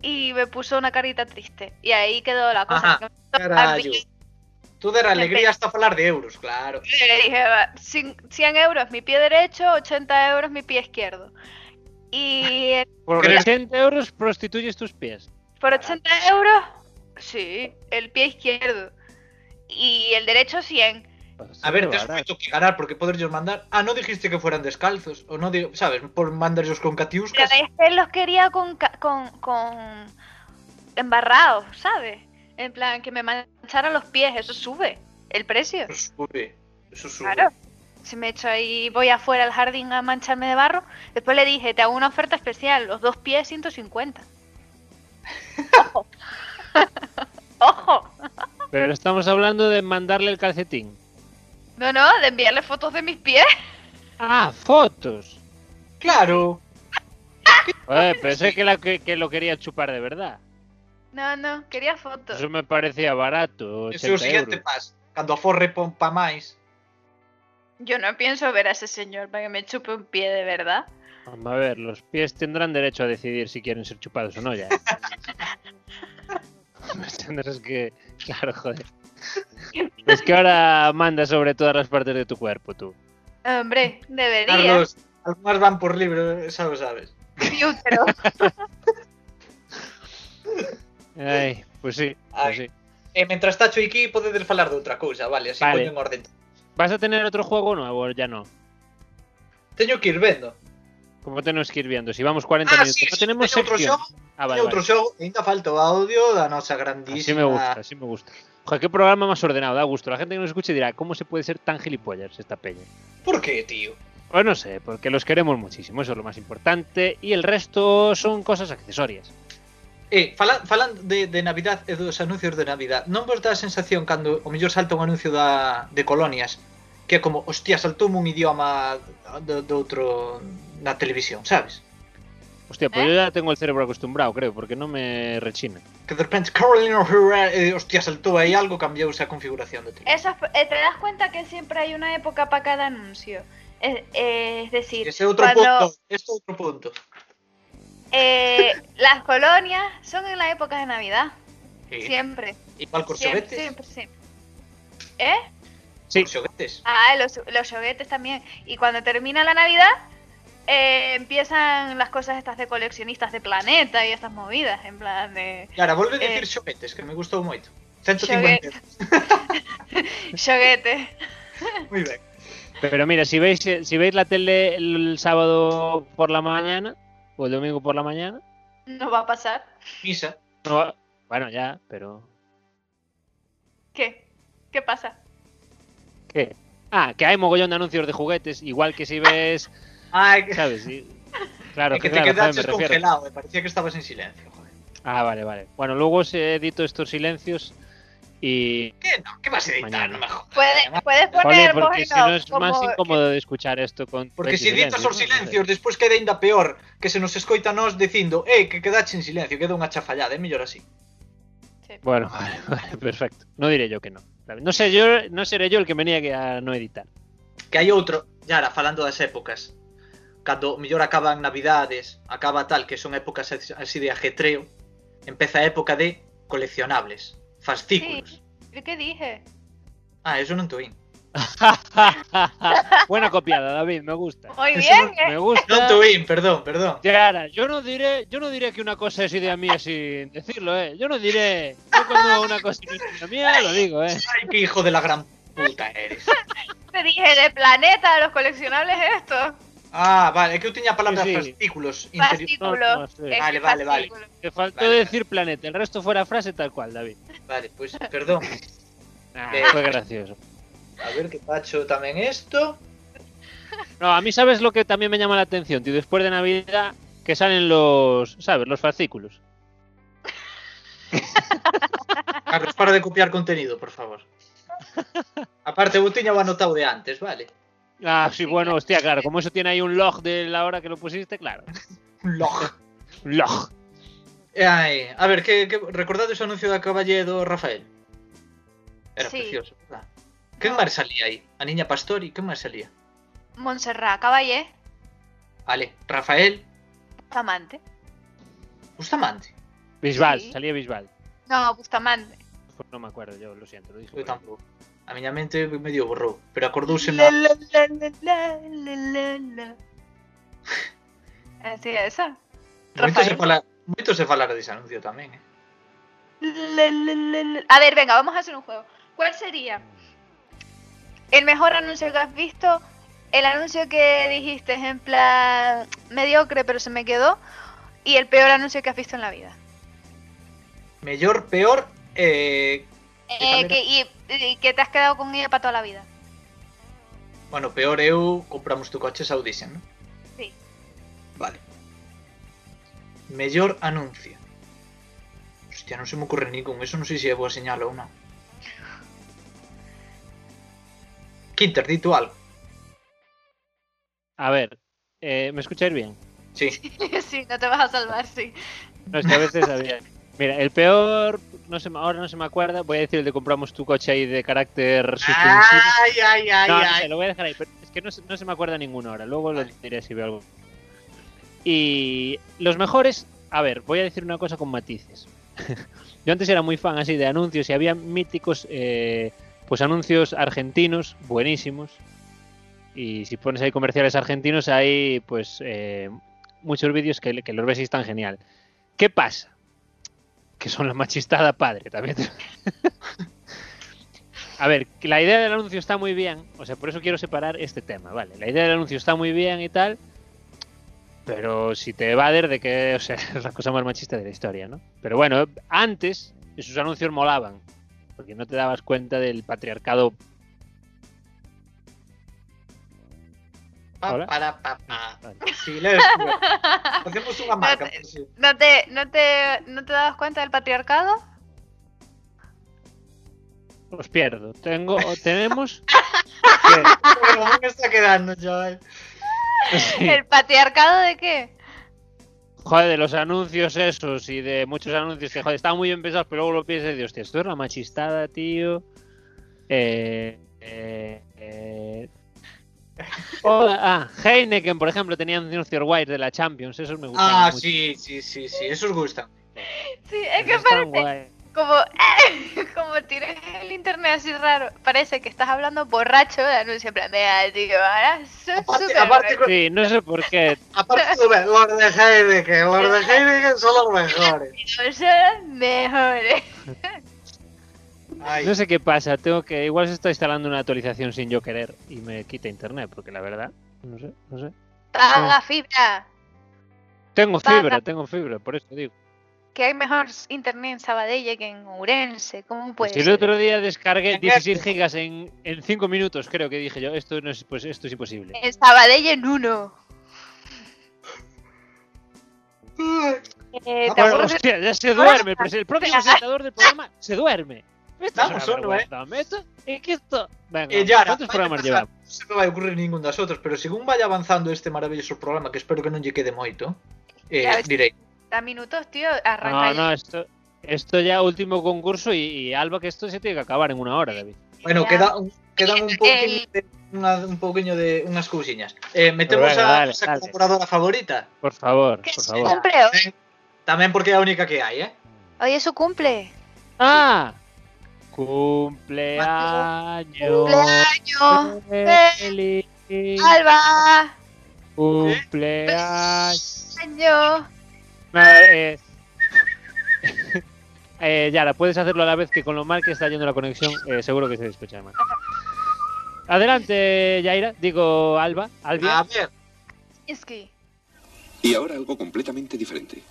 Speaker 5: Y me puso una carita triste. Y ahí quedó la cosa.
Speaker 6: Ajá,
Speaker 5: que me hizo a
Speaker 6: carallo.
Speaker 5: mí
Speaker 6: Tú dar alegría hasta falar de euros, claro.
Speaker 5: Y le dije, va, cin- 100 euros mi pie derecho, 80 euros mi pie izquierdo. Y eh,
Speaker 4: Por
Speaker 6: Creo-
Speaker 4: 80 euros prostituyes tus pies.
Speaker 5: por 80 euros, sí, el pie izquierdo. Y el derecho 100.
Speaker 6: A ver,
Speaker 4: Pues, Qué
Speaker 6: tes
Speaker 4: barato.
Speaker 6: moito que ganar porque poderllos mandar. Ah, non dijiste que fueran descalzos, ou non, di- sabes, por mandarlos con
Speaker 5: Pero
Speaker 6: catiuscas.
Speaker 5: es que los quería con, ca- con, con embarrados, ¿sabes? En plan, que me mancharan los pies, eso sube el precio.
Speaker 6: Eso sube, eso sube.
Speaker 5: Claro. se me echo ahí, voy afuera al jardín a mancharme de barro. Después le dije, te hago una oferta especial, los dos pies 150. ¡Ojo! [LAUGHS] ¡Ojo!
Speaker 4: Pero estamos hablando de mandarle el calcetín.
Speaker 5: No, no, de enviarle fotos de mis pies.
Speaker 4: Ah, fotos.
Speaker 6: Claro.
Speaker 4: Joder, pensé que, la, que, que lo quería chupar de verdad.
Speaker 5: No, no, quería fotos.
Speaker 4: Eso me parecía barato.
Speaker 6: Ese é o
Speaker 4: 80
Speaker 6: siguiente
Speaker 4: euros.
Speaker 6: paso. Cando aforre pompa máis,
Speaker 5: Yo no pienso ver a ese señor para que me chupe un pie de verdad.
Speaker 4: Vamos a ver, los pies tendrán derecho a decidir si quieren ser chupados o no ya. [LAUGHS] Me Tendrás que... Claro, joder. Es que ahora manda sobre todas las partes de tu cuerpo, tú.
Speaker 5: Hombre, debería.
Speaker 6: Carlos, algunhas van por libre, xa o sabes.
Speaker 5: Mi útero.
Speaker 4: Ay, pues sí, pues
Speaker 6: Ay.
Speaker 4: sí.
Speaker 6: E mentras está Chuy aquí, podedes falar de outra cousa, vale, así
Speaker 4: Vale.
Speaker 6: poño en orden.
Speaker 4: ¿Vas a tener otro juego nuevo o ya no?
Speaker 6: Teño que ir Ah, vendo.
Speaker 4: ¿Cómo tenemos que ir viendo? Si vamos 40 minutos, no tenemos
Speaker 6: teño outro
Speaker 4: sección.
Speaker 6: xogo,
Speaker 4: Ah,
Speaker 6: teño
Speaker 4: vale,
Speaker 6: outro
Speaker 4: vale.
Speaker 6: xogo, e ainda falta o audio da nosa grandísima.
Speaker 4: Así me gusta, así me gusta. Joder, qué programa más ordenado, da gusto. La gente que nos escuche dirá, ¿cómo se puede ser tan gilipollas esta peña?
Speaker 6: Por que, tío?
Speaker 4: Pues no sé, porque los queremos muchísimo, eso es lo más importante. Y el resto son cosas accesorias.
Speaker 6: Eh, falan, falan de, de Navidad e dos anuncios de Navidad. Non vos dá a sensación cando o mellor salta un anuncio da, de colonias que é como, hostia, saltou un idioma do, do outro na televisión, sabes?
Speaker 4: Hostia, pues
Speaker 5: ¿Eh?
Speaker 4: yo ya tengo el cerebro acostumbrado, creo, porque no me rechina.
Speaker 6: Que de repente Carolina Herrera, eh, hostia, saltou aí algo, cambiou-se a configuración do tío.
Speaker 5: Esas- eh, te das cuenta que siempre hay una época para cada anuncio. Es, eh, es decir,
Speaker 6: Ese é outro
Speaker 5: cuando-
Speaker 6: punto, este é outro punto.
Speaker 5: eh, las colonias son en la época de Navidad.
Speaker 4: Eh,
Speaker 6: Sí.
Speaker 5: Siempre.
Speaker 6: Eh, Igual cos
Speaker 5: Siempre,
Speaker 6: xoguetes.
Speaker 5: siempre, siempre. ¿Eh?
Speaker 4: Sí.
Speaker 6: Cos xoguetes.
Speaker 5: Ah, los, los juguetes también. Y cuando termina la Navidad, eh, empiezan las cosas estas de coleccionistas de planeta y estas movidas, en plan
Speaker 4: [LAUGHS]
Speaker 5: de
Speaker 6: Clara, volve a
Speaker 5: Eh.
Speaker 6: dicir xoguetes, que me gustou moito. 150 euros.
Speaker 5: juguetes.
Speaker 6: Moi ben.
Speaker 4: Pero mira, si veis, eh, si veis la tele el sábado por la mañana, o el domingo por la mañana,
Speaker 5: ¿No va a pasar?
Speaker 6: Misa.
Speaker 4: no va- bueno, ya, pero...
Speaker 5: ¿Qué? ¿Qué pasa?
Speaker 4: ¿Qué? Ah, que hay mogollón de anuncios de juguetes, igual que si ves...
Speaker 6: Ai, que,
Speaker 4: ¿Sabes? Sí.
Speaker 6: [LAUGHS]
Speaker 4: Claro,
Speaker 6: que te
Speaker 4: claro, joder, me
Speaker 6: quedaches
Speaker 4: refiero.
Speaker 6: congelado, eh, parecía que estabas en silencio, joder.
Speaker 4: Ah, vale, vale. Bueno, luego se edito estos silencios y...
Speaker 6: ¿Qué no? ¿Qué vas a editar?
Speaker 4: Mañana.
Speaker 6: No me jodas.
Speaker 5: Puedes, puedes
Speaker 4: Joder,
Speaker 5: poner
Speaker 4: porque
Speaker 5: voz
Speaker 4: si
Speaker 5: en off,
Speaker 4: no es más
Speaker 5: como-
Speaker 4: incómodo de escuchar esto con...
Speaker 6: Porque
Speaker 4: tres
Speaker 6: se editas os
Speaker 4: silencios, ¿no?
Speaker 6: silencios, despois queda ainda peor que se nos escoita a nós dicindo eh, que quedaches en silencio, queda unha chafallada, é mellor así.
Speaker 4: Bueno, [LAUGHS] vale, vale, perfecto. No diré yo que no. No sé yo, no seré yo el que me niegue a no editar. [LAUGHS]
Speaker 6: Que hai outro, Yara, falando das épocas, cando mellor acaban navidades, acaba tal, que son épocas as- así de ajetreo, empeza a época de coleccionables, fascículos.
Speaker 5: Sí, ¿Qué dije?
Speaker 6: Ah, eso non tuín.
Speaker 4: Buena copiada, David, me gusta.
Speaker 5: Muy
Speaker 6: Eso
Speaker 5: bien,
Speaker 4: Me
Speaker 5: ¿eh?
Speaker 6: Non
Speaker 4: gusta.
Speaker 6: tuín, perdón, perdón.
Speaker 4: Yara, yo no diré, yo no diré que una cosa es idea mía sin decirlo, eh. Yo no diré. Yo cuando una cosa no es idea mía lo digo, eh.
Speaker 6: Ay, que hijo de la gran puta eres.
Speaker 5: Te dije de planeta, los coleccionables estos.
Speaker 6: Ah, vale, é que eu tiña a palabra
Speaker 4: Sí, sí.
Speaker 6: fascículos. interi-
Speaker 5: Fascículo.
Speaker 4: no sé.
Speaker 5: Ese
Speaker 6: Vale, vale, vale.
Speaker 5: Este fascículo.
Speaker 4: Te faltó
Speaker 6: Vale.
Speaker 4: decir planeta, el resto fuera frase tal cual, David.
Speaker 6: Vale, pois, pues, perdón.
Speaker 4: Ah,
Speaker 6: Eh.
Speaker 4: fue gracioso.
Speaker 6: A ver que tacho tamén isto.
Speaker 4: No, a mí sabes lo que también me llama la atención, tío. Después de Navidad que salen los, sabes, los fascículos.
Speaker 6: Carlos, para de copiar contenido, por favor. Aparte, eu tiña o anotado de antes, vale?
Speaker 4: Ah,
Speaker 5: Sí,
Speaker 4: sí, bueno,
Speaker 5: claro.
Speaker 4: hostia, claro, como eso tiene ahí un log de la hora que lo pusiste, claro. [LAUGHS]
Speaker 6: Un log.
Speaker 4: Un log.
Speaker 6: Ai, a ver, que, que recordades o anuncio da caballe do Rafael? Era
Speaker 5: Sí.
Speaker 6: precioso, verdad? Quen máis salía aí? A niña Pastori, quen máis salía?
Speaker 5: Montserrat Caballé,
Speaker 6: Vale, Rafael
Speaker 5: Bustamante.
Speaker 6: Bustamante.
Speaker 4: Bisbal,
Speaker 5: Sí.
Speaker 4: salía Bisbal.
Speaker 5: No, Bustamante.
Speaker 4: Pues no me acuerdo yo, lo siento, lo dije. por ahí.
Speaker 6: Eu tampouco. A miña mente medio borrou, pero acordouse
Speaker 5: La,
Speaker 6: na...
Speaker 5: la, la, la, la, la, la, la. Eh, Sí, esa.
Speaker 6: Moito se,
Speaker 5: Rafael.
Speaker 6: fala... Moito se falara dese anuncio tamén, eh?
Speaker 5: La, la, la, la. A ver, venga, vamos a hacer un juego. ¿Cuál sería el mejor anuncio que has visto? El anuncio que dijiste en plan mediocre, pero se me quedó. Y el peor anuncio que has visto en la vida.
Speaker 6: Mellor, peor, eh...
Speaker 5: Eh,
Speaker 6: también-
Speaker 5: que, y, y que te has quedado con ella para toda la vida.
Speaker 6: Bueno, peor eu compramos tu coche esa Audition, non?
Speaker 5: Sí.
Speaker 6: Vale. Mellor anuncio. Hostia, non se me ocurre ningún. Eso non sei se é boa señal ou non. Quinter, di tú algo.
Speaker 4: A ver, eh, ¿me escucháis bien?
Speaker 6: [LAUGHS] Sí.
Speaker 5: [LAUGHS] sí, no te vas a salvar, sí.
Speaker 4: No, es que a veces había. Mira, el peor, no se, me- ahora no se me acuerda, voy a decir el de compramos tu coche ahí de carácter suspensivo.
Speaker 6: Ay, ay, ay,
Speaker 4: no, no
Speaker 6: ay.
Speaker 4: sé, lo voy a dejar ahí, pero es que no, se- no se me acuerda ninguno ahora, luego lo
Speaker 6: Vale.
Speaker 4: diré si veo algo. Y los mejores, a ver, voy a decir una cosa con matices. [LAUGHS] Yo antes era muy fan así de anuncios y había míticos, eh, pues anuncios argentinos buenísimos. Y si pones ahí comerciales argentinos, hay pues eh, muchos vídeos que, que los ves y están genial. ¿Qué pasa? Que son la machistada padre, también te- A ver, que la idea del anuncio está muy bien, o sea, por eso quiero separar este tema, ¿vale? La idea del anuncio está muy bien y tal, pero si te va a dar de que, o sea, [LAUGHS] es la cosa más machista de la historia, ¿no? Pero bueno, antes esos anuncios molaban, porque no te dabas cuenta del patriarcado
Speaker 6: Pa,
Speaker 4: Hola. Ah,
Speaker 6: para, pa, pa.
Speaker 4: Vale.
Speaker 6: [LAUGHS] Silencio. Hacemos unha marca. por si-
Speaker 5: ¿No te, no, te, ¿No te dabas cuenta del patriarcado?
Speaker 4: Os pues pierdo. Tengo, o tenemos.
Speaker 6: Pero ¿cómo que está quedando, chaval?
Speaker 4: Sí.
Speaker 5: ¿El patriarcado de qué?
Speaker 4: Joder, de los anuncios esos y de muchos anuncios que, joder, están muy bien pensados, pero luego lo piensas y dices, hostia, esto es la machistada, tío. Eh, eh, eh. Hola, ah, Heineken, por ejemplo, tenía anuncios guays de la Champions, esos me gustaban
Speaker 6: Ah,
Speaker 4: mucho.
Speaker 6: sí, sí, sí, sí. Esos gustan.
Speaker 5: Sí, es que
Speaker 4: Esos están
Speaker 5: parece
Speaker 4: guays.
Speaker 5: como, [LAUGHS] como tienes el internet así raro. Parece que estás hablando borracho de anuncio. En plan, "Mira, tío, ahora soy
Speaker 6: Aparte-
Speaker 5: súper
Speaker 6: aparte
Speaker 5: borracho".
Speaker 4: Sí, no sé por qué.
Speaker 6: Aparte, los de Heidegger, los de Heidegger son los mejores.
Speaker 5: Son
Speaker 6: [LAUGHS]
Speaker 5: mejores.
Speaker 6: Ay,
Speaker 4: No sé qué pasa, tengo que. Igual se está instalando una actualización sin yo querer y me quita internet, porque la verdad, no sé, no sé.
Speaker 6: Ah.
Speaker 5: Paga fibra.
Speaker 4: Tengo
Speaker 5: Paga.
Speaker 4: fibra, tengo fibra, por eso digo.
Speaker 5: Que hay mejor internet en Sabadell que en Urense. ¿Cómo
Speaker 4: Pues
Speaker 5: puede
Speaker 4: el
Speaker 5: ser?
Speaker 4: otro día descargué
Speaker 6: Tenía-
Speaker 4: 16 gigas en, en 5 minutos, creo que dije yo. Esto no es, pues esto es imposible.
Speaker 5: En Sabadell en uno. Eh, ¿Te
Speaker 6: Vamos,
Speaker 5: acuerdas de
Speaker 4: hostia, ya se duerme. Pues el propio
Speaker 5: Espera.
Speaker 4: presentador del programa se duerme. Esto
Speaker 6: Vamos,
Speaker 4: es una
Speaker 6: uno,
Speaker 5: ¿eh?
Speaker 4: vergüenza, me esto- es que esto- Venga,
Speaker 6: Eh, Yara,
Speaker 4: ¿cuántos
Speaker 6: vaya
Speaker 4: programas
Speaker 6: pasando,
Speaker 4: llevamos?
Speaker 6: Non se me vai ocurrir ningún das outras, pero según vaya avanzando este maravilloso programa, que espero que non lle quede moito, eh,
Speaker 5: Ya ves.
Speaker 6: direi,
Speaker 5: 30 minutos, tío?
Speaker 4: No,
Speaker 5: Arranca
Speaker 4: no, esto, esto ya último concurso y, y Alba que esto se tiene que acabar en una hora, David.
Speaker 6: bueno,
Speaker 5: Ya.
Speaker 6: queda un, quedan un pouquiño
Speaker 5: El-
Speaker 6: de, una, un pouquiño de unhas cousiñas. Eh, metemos
Speaker 4: Pero
Speaker 6: a
Speaker 4: bueno, dale,
Speaker 6: nosa
Speaker 4: dale.
Speaker 6: colaboradora favorita,
Speaker 4: Por favor,
Speaker 5: Que es
Speaker 4: por
Speaker 5: su
Speaker 4: favor.
Speaker 5: cumple hoy.
Speaker 6: Eh, tamén porque é a única que hai, eh?
Speaker 5: Hoy es su cumple.
Speaker 4: Ah, Oh. cumpleaños.
Speaker 5: Cumpleaños. Eh.
Speaker 4: feliz.
Speaker 5: Alba.
Speaker 4: Cumpleaños.
Speaker 5: Año.
Speaker 4: Nada, eh. eh, [LAUGHS] Yara, puedes hacerlo a la vez que con lo mal que está yendo la conexión, eh, seguro que se escucha mal. Adelante, Yaira, digo Alba,
Speaker 6: A
Speaker 4: Albia.
Speaker 6: ver,
Speaker 5: Es que.
Speaker 3: Y ahora algo completamente diferente.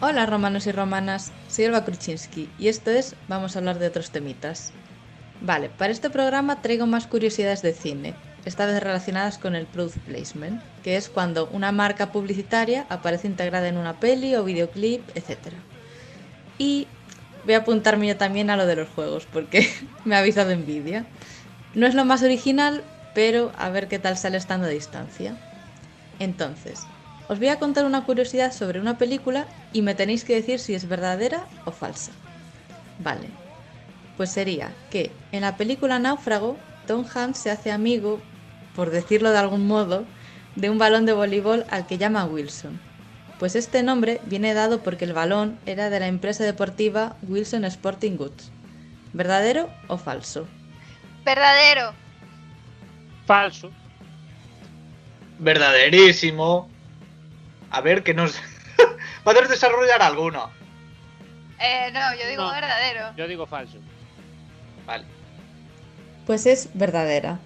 Speaker 7: Hola romanos y romanas, soy Elba Kruczynski y esto es Vamos a hablar de otros temitas. Vale, para este programa traigo más curiosidades de cine, esta vez relacionadas con el product placement, que es cuando una marca publicitaria aparece integrada en una peli o videoclip, etc. Y voy a apuntarme yo también a lo de los juegos, porque [LAUGHS] me ha avisado envidia. No es lo más original, pero a ver qué tal sale estando a distancia. Entonces, os voy a contar una curiosidad sobre una película y me tenéis que decir si es verdadera o falsa. Vale. Pues sería que en la película Náufrago, Tom Hanks se hace amigo, por decirlo de algún modo, de un balón de voleibol al que llama Wilson. Pues este nombre viene dado porque el balón era de la empresa deportiva Wilson Sporting Goods. ¿Verdadero o falso?
Speaker 5: Verdadero.
Speaker 4: Falso.
Speaker 6: verdaderísimo. A ver, que nos... [LAUGHS] Podes desarrollar alguno.
Speaker 5: Eh, no, yo digo
Speaker 4: No.
Speaker 5: verdadero.
Speaker 4: Yo digo falso.
Speaker 6: Vale.
Speaker 7: Pues es verdadera.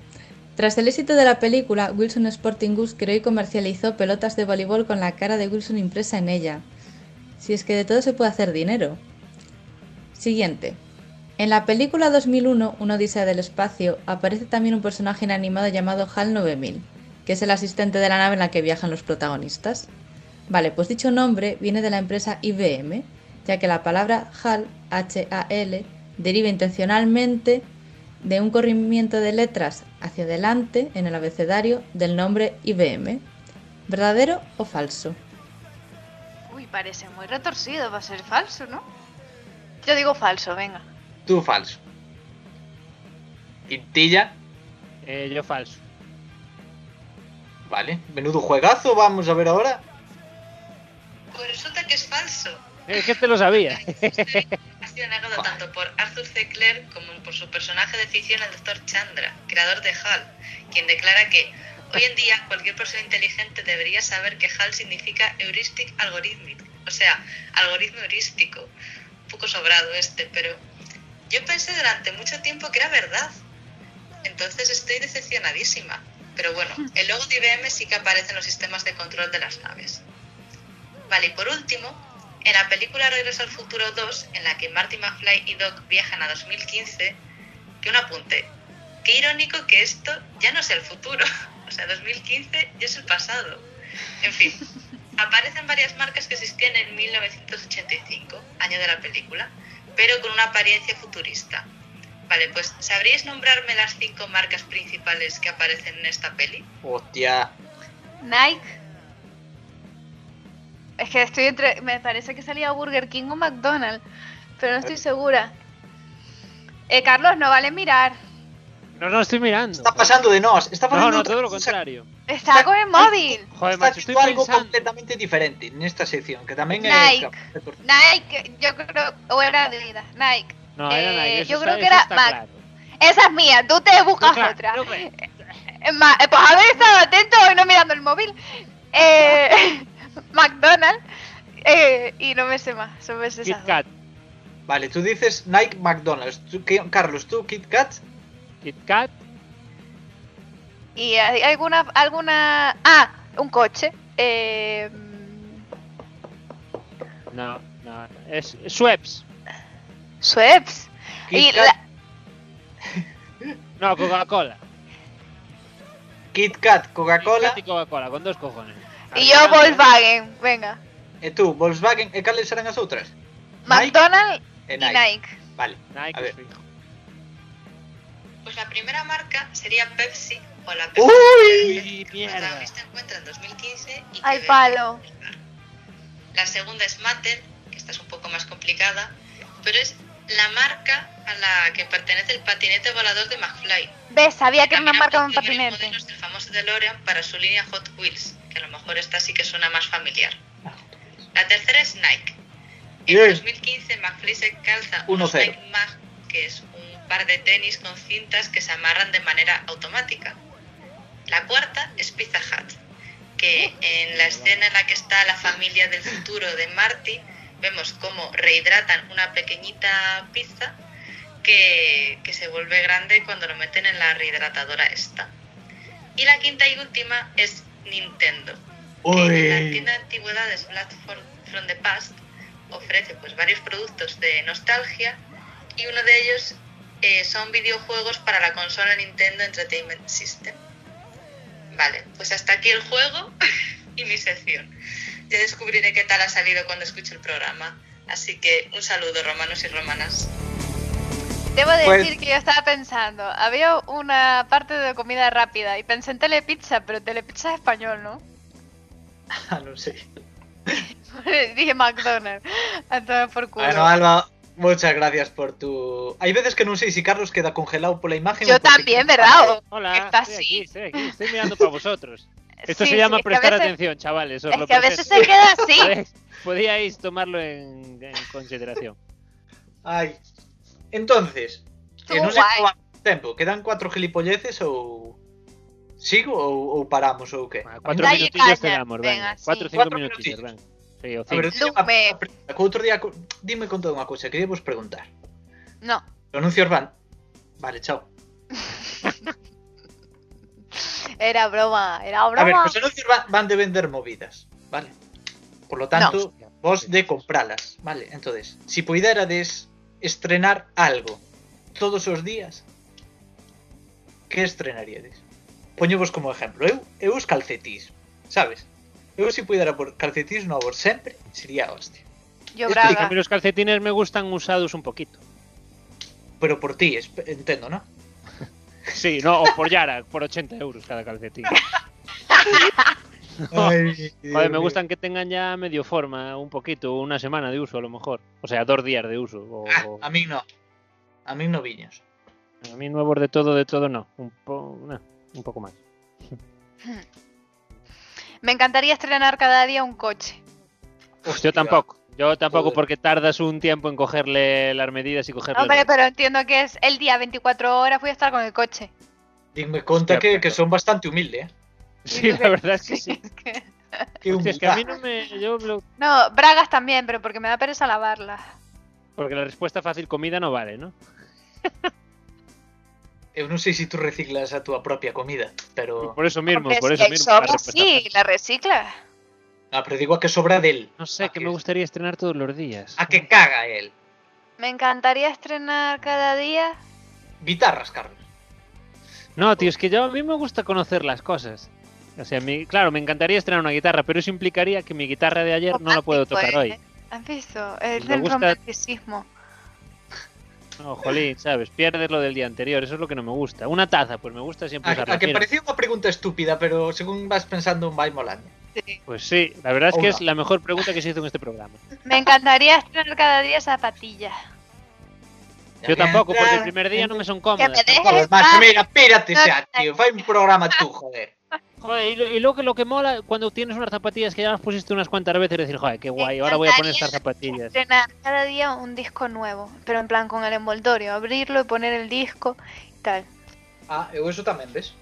Speaker 7: Tras el éxito de la película, Wilson Sporting Goods creó y comercializó pelotas de voleibol con la cara de Wilson impresa en ella. Si es que de todo se puede hacer dinero. Siguiente. En la película 2001, Una Odisea del Espacio, aparece también un personaje inanimado llamado HAL 9000, que es el asistente de la nave en la que viajan los protagonistas. Vale, pues dicho nombre viene de la empresa IBM, ya que la palabra HAL, H-A-L, deriva intencionalmente de un corrimiento de letras hacia adelante en el abecedario del nombre IBM. ¿Verdadero o falso?
Speaker 5: Uy, parece muy retorcido, va a ser falso, ¿no? Yo digo falso, venga.
Speaker 6: Tú falso. Tintilla,
Speaker 4: Eh, yo falso.
Speaker 6: vale. Menudo juegazo, vamos a ver ahora.
Speaker 8: Pues resulta que es falso. Este
Speaker 4: Es que te lo sabía. [LAUGHS]
Speaker 8: Ha sido negado tanto por Arthur C. Clarke como por su personaje de ficción, el Dr. Chandra, creador de HAL, quien declara que hoy en día cualquier persona inteligente debería saber que HAL significa Heuristic Algorithmic, o sea, algoritmo heurístico. Un poco sobrado este, pero yo pensé durante mucho tiempo que era verdad. Entonces estoy decepcionadísima. Pero bueno, el logo de IBM sí que aparece en los sistemas de control de las naves. Vale, y por último, en la película Regreso al Futuro 2, en la que Marty McFly y Doc viajan a 2015, que un apunte. Qué irónico que esto ya no sea el futuro. O sea, 2015 ya es el pasado. En fin, aparecen varias marcas que existían en 1985, año de la película, pero con una apariencia futurista. Vale, pues ¿sabríais nombrarme las cinco marcas principales que aparecen en esta peli?
Speaker 6: Hostia.
Speaker 5: Nike. Es que estoy entre. Me parece que salía Burger King o McDonald's, pero no estoy segura. Eh, Carlos, no vale mirar.
Speaker 4: No, no estoy mirando.
Speaker 6: Está pasando de nos. Está
Speaker 4: No,
Speaker 6: pasando
Speaker 4: no,
Speaker 6: otra
Speaker 4: todo lo
Speaker 6: cosa.
Speaker 4: contrario.
Speaker 5: Está con el móvil.
Speaker 4: Joder,
Speaker 6: Está
Speaker 4: macho, estoy
Speaker 6: haciendo algo
Speaker 4: pensando.
Speaker 6: completamente diferente en esta sección, que también
Speaker 5: Nike.
Speaker 6: es...
Speaker 5: Nike, yo creo. O era Adidas. Nike.
Speaker 4: No, era
Speaker 5: Eh,
Speaker 4: Nike, eso
Speaker 5: yo
Speaker 4: está-
Speaker 5: creo que
Speaker 4: eso
Speaker 5: era
Speaker 4: está
Speaker 5: Mac.
Speaker 4: claro.
Speaker 5: Esa es mía, tú te buscas
Speaker 4: No, claro,
Speaker 5: otra.
Speaker 4: no, claro.
Speaker 5: Eh, ma- eh, pues haber estado atento y no mirando el móvil. Eh, [LAUGHS] McDonald's. eh, y no me sé más. Son esas
Speaker 4: Kit
Speaker 5: dos.
Speaker 4: Kat.
Speaker 6: Vale, tú dices Nike McDonald's. Tú, ¿qué- Carlos, tú Kit Kat.
Speaker 4: Kit Kat.
Speaker 5: Y hay alguna, alguna. Ah, un coche. Eh,
Speaker 4: No, no. Es Schweppes.
Speaker 5: Schweppes.
Speaker 6: Kit
Speaker 5: Y
Speaker 6: Kat,
Speaker 5: la-
Speaker 4: No, Coca-Cola.
Speaker 6: Kit Kat,
Speaker 4: Kit
Speaker 6: Coca-Cola.
Speaker 4: Kat y Coca-Cola, con dos cojones. eh.
Speaker 5: Y yo Volkswagen. Venga.
Speaker 6: E tú, Volkswagen. E cales serán as outras?
Speaker 5: McDonald's
Speaker 6: E
Speaker 5: y
Speaker 6: Nike.
Speaker 5: Nike.
Speaker 6: Vale. A
Speaker 4: Nike
Speaker 6: ver.
Speaker 4: es fijo.
Speaker 8: Pues la primera marca sería Pepsi o la Pepsi.
Speaker 6: Uy,
Speaker 8: que el
Speaker 4: mierda.
Speaker 8: protagonista encuentra en 2015 y que
Speaker 5: Ay,
Speaker 8: ve-
Speaker 5: palo.
Speaker 8: La segunda es Mater, que esta es un poco más complicada, pero es la marca a la que pertenece el patinete volador de McFly.
Speaker 5: ¿Ves? Sabía que era una
Speaker 8: También
Speaker 5: marca de un
Speaker 8: apunta varios
Speaker 5: patinete.
Speaker 8: modelos del famoso DeLorean para su línea Hot Wheels, que a lo mejor esta sí que suena más familiar. La tercera es Nike. En
Speaker 6: Bien.
Speaker 8: 2015 McFly se calza unos
Speaker 6: 1-0.
Speaker 8: Nike Mag, que es un par de tenis con cintas que se amarran de manera automática. La cuarta es Pizza Hut, que en la escena en la que está la familia del futuro de Marty, vemos cómo rehidratan una pequeñita pizza que, que se vuelve grande cuando lo meten en la rehidratadora esta. Y la quinta y última es Nintendo, que la
Speaker 6: uy. [LAUGHS]
Speaker 8: tienda de antigüedades Black Fro- from the Past ofrece pues varios productos de nostalgia y uno de ellos eh, son videojuegos para la consola Nintendo Entertainment System. Vale, pues hasta aquí el juego [LAUGHS] y mi sección. Ya descubriré qué tal ha salido cuando escuche el programa. Así que un saludo romanos y romanas.
Speaker 5: Debo
Speaker 6: Pues-
Speaker 5: decir que yo estaba pensando, había una parte de comida rápida y pensé en Telepizza, pero Telepizza es español, ¿no?
Speaker 6: Ah, non sei.
Speaker 5: [LAUGHS] Dije McDonald's, a tomar por culo.
Speaker 6: Bueno, Ah, Alba, muchas gracias por tu... Hai veces que non sei se Carlos queda congelado pola imagen
Speaker 5: yo
Speaker 6: ou porque-
Speaker 5: también, ¿verdad?
Speaker 4: Hola,
Speaker 5: Está
Speaker 4: estoy
Speaker 5: así.
Speaker 4: aquí, estoy aquí, estoy mirando para
Speaker 5: [LAUGHS]
Speaker 4: vosotros. Esto
Speaker 5: Sí,
Speaker 4: se llama
Speaker 5: sí, es que a
Speaker 4: prestar
Speaker 5: veces-
Speaker 4: atención, chavales. os
Speaker 5: Es
Speaker 4: lo
Speaker 5: que a veces
Speaker 4: presento.
Speaker 5: se queda
Speaker 4: [LAUGHS]
Speaker 5: así.
Speaker 4: Podéis- Podíais tomarlo en, en [LAUGHS] consideración.
Speaker 6: Ai. Entonces,
Speaker 5: Estuvo
Speaker 6: que non sei
Speaker 5: guai.
Speaker 6: como vamos de tempo, quedan cuatro gilipolleces ou... Sigo ou, ou paramos ou que?
Speaker 4: Ah, Cuatro
Speaker 5: Dale
Speaker 4: minutillos te
Speaker 5: caña,
Speaker 4: damos,
Speaker 5: venga,
Speaker 4: venga.
Speaker 5: sí.
Speaker 4: Cuatro o cinco
Speaker 6: Cuatro
Speaker 4: minutillos, venga.
Speaker 6: minutillos.
Speaker 4: Sí, o
Speaker 6: A ver,
Speaker 4: cinco.
Speaker 6: dime,
Speaker 5: Lume.
Speaker 6: outro día, co- dime con toda unha cousa, quería vos preguntar.
Speaker 5: No,
Speaker 6: O anuncio urbano. Vale, chao.
Speaker 9: Era broma, era
Speaker 6: A ver,
Speaker 9: broma.
Speaker 4: pues,
Speaker 6: los anuncios van, van de vender movidas, ¿vale? Por lo tanto, vos de compralas, ¿vale? Entonces, si puderades estrenar algo todos os días, que estrenaríades? Poñevos como exemplo, eu, eu os calcetís, sabes? Eu se pudera por calcetís novos sempre, sería hostia.
Speaker 5: Yo
Speaker 6: Esto
Speaker 4: Sí, que a
Speaker 5: braga.
Speaker 4: mí los calcetines me gustan usados un poquito.
Speaker 6: Pero por ti, esp- entendo, ¿no?
Speaker 4: Sí, no, o por Yara, por 80 euros cada calcetín.
Speaker 6: [LAUGHS]
Speaker 4: Joder, me gustan que tengan ya medio forma, un poquito, una semana de uso a lo mejor. O sea, dos días de uso. O...
Speaker 6: Ah, a mí no. A mí no viñas.
Speaker 4: A mí nuevos de todo, de todo no. Un, po- no, un poco más.
Speaker 5: Me encantaría estrenar cada día un coche.
Speaker 4: Yo tampoco. Yo tampoco
Speaker 6: Joder.
Speaker 4: porque tardas un tiempo en cogerle las medidas y cogerle...
Speaker 5: Hombre,
Speaker 4: el
Speaker 5: pero entiendo que es el día 24 horas voy a estar con el coche.
Speaker 6: Dime conta
Speaker 4: Hostia,
Speaker 6: que,
Speaker 4: pero-
Speaker 6: que son bastante humildes, ¿eh?
Speaker 4: rollo. Sí, la verdad es que sí.
Speaker 5: Es que-
Speaker 6: Que
Speaker 4: Hostia, es que a mí no me... Yo lo-
Speaker 5: No, bragas también, pero porque me da pereza lavarlas.
Speaker 4: Porque la respuesta fácil comida no vale, ¿no?
Speaker 6: Eu non sei se tú reciclas a túa propia comida, pero
Speaker 4: Por eso mismo,
Speaker 5: Hombre, si
Speaker 4: por eso
Speaker 5: el
Speaker 4: mismo. la
Speaker 5: sobra,
Speaker 4: respuesta
Speaker 5: sí,
Speaker 4: fácil.
Speaker 5: la reciclas.
Speaker 6: ah, pero digo a que sobra del,
Speaker 4: No sé, que me gustaría estrenar todos los días.
Speaker 6: a que caga el.
Speaker 5: Me encantaría estrenar cada día.
Speaker 6: Guitarras, Carlos.
Speaker 4: No, tío, es que yo a mí me gusta conocer las cosas. O sea, mi, claro, me encantaría estrenar una guitarra, pero eso implicaría que mi guitarra de ayer no la puedo
Speaker 5: Romántico,
Speaker 4: tocar
Speaker 5: ¿eh?
Speaker 4: hoy.
Speaker 5: ¿Has visto? Es
Speaker 4: Me
Speaker 5: del
Speaker 4: gusta-
Speaker 5: romanticismo.
Speaker 4: No, jolín, ¿sabes? Pierdes lo del día anterior, eso es lo que no me gusta. Una taza, pues me gusta siempre
Speaker 6: A,
Speaker 4: usar
Speaker 6: a
Speaker 4: la
Speaker 6: que
Speaker 4: mierda.
Speaker 6: parecía unha pregunta estúpida, pero según vas pensando un vai molando.
Speaker 4: Pues sí, la verdad es que
Speaker 6: Hola.
Speaker 4: es la mejor pregunta que se hizo en este programa.
Speaker 5: Me encantaría estrenar cada día zapatillas.
Speaker 4: Yo tampoco, porque el primer día no me son
Speaker 5: Que me
Speaker 4: cómodas.
Speaker 5: dejes
Speaker 4: tampoco.
Speaker 5: en
Speaker 6: Macho,
Speaker 5: paz.
Speaker 6: mira, pírate
Speaker 5: No,
Speaker 6: xa,
Speaker 5: no,
Speaker 6: tío. Fai un programa tú, joder.
Speaker 4: Joder, y, lo- y luego que lo que mola cuando tienes unas zapatillas que ya las pusiste unas cuantas veces, decir, joder, qué guay, ahora voy a poner estas zapatillas.
Speaker 5: Estrenar cada día un disco nuevo, pero en plan con el envoltorio, abrirlo y poner el disco y tal.
Speaker 6: Ah, eu eso tamén, ves?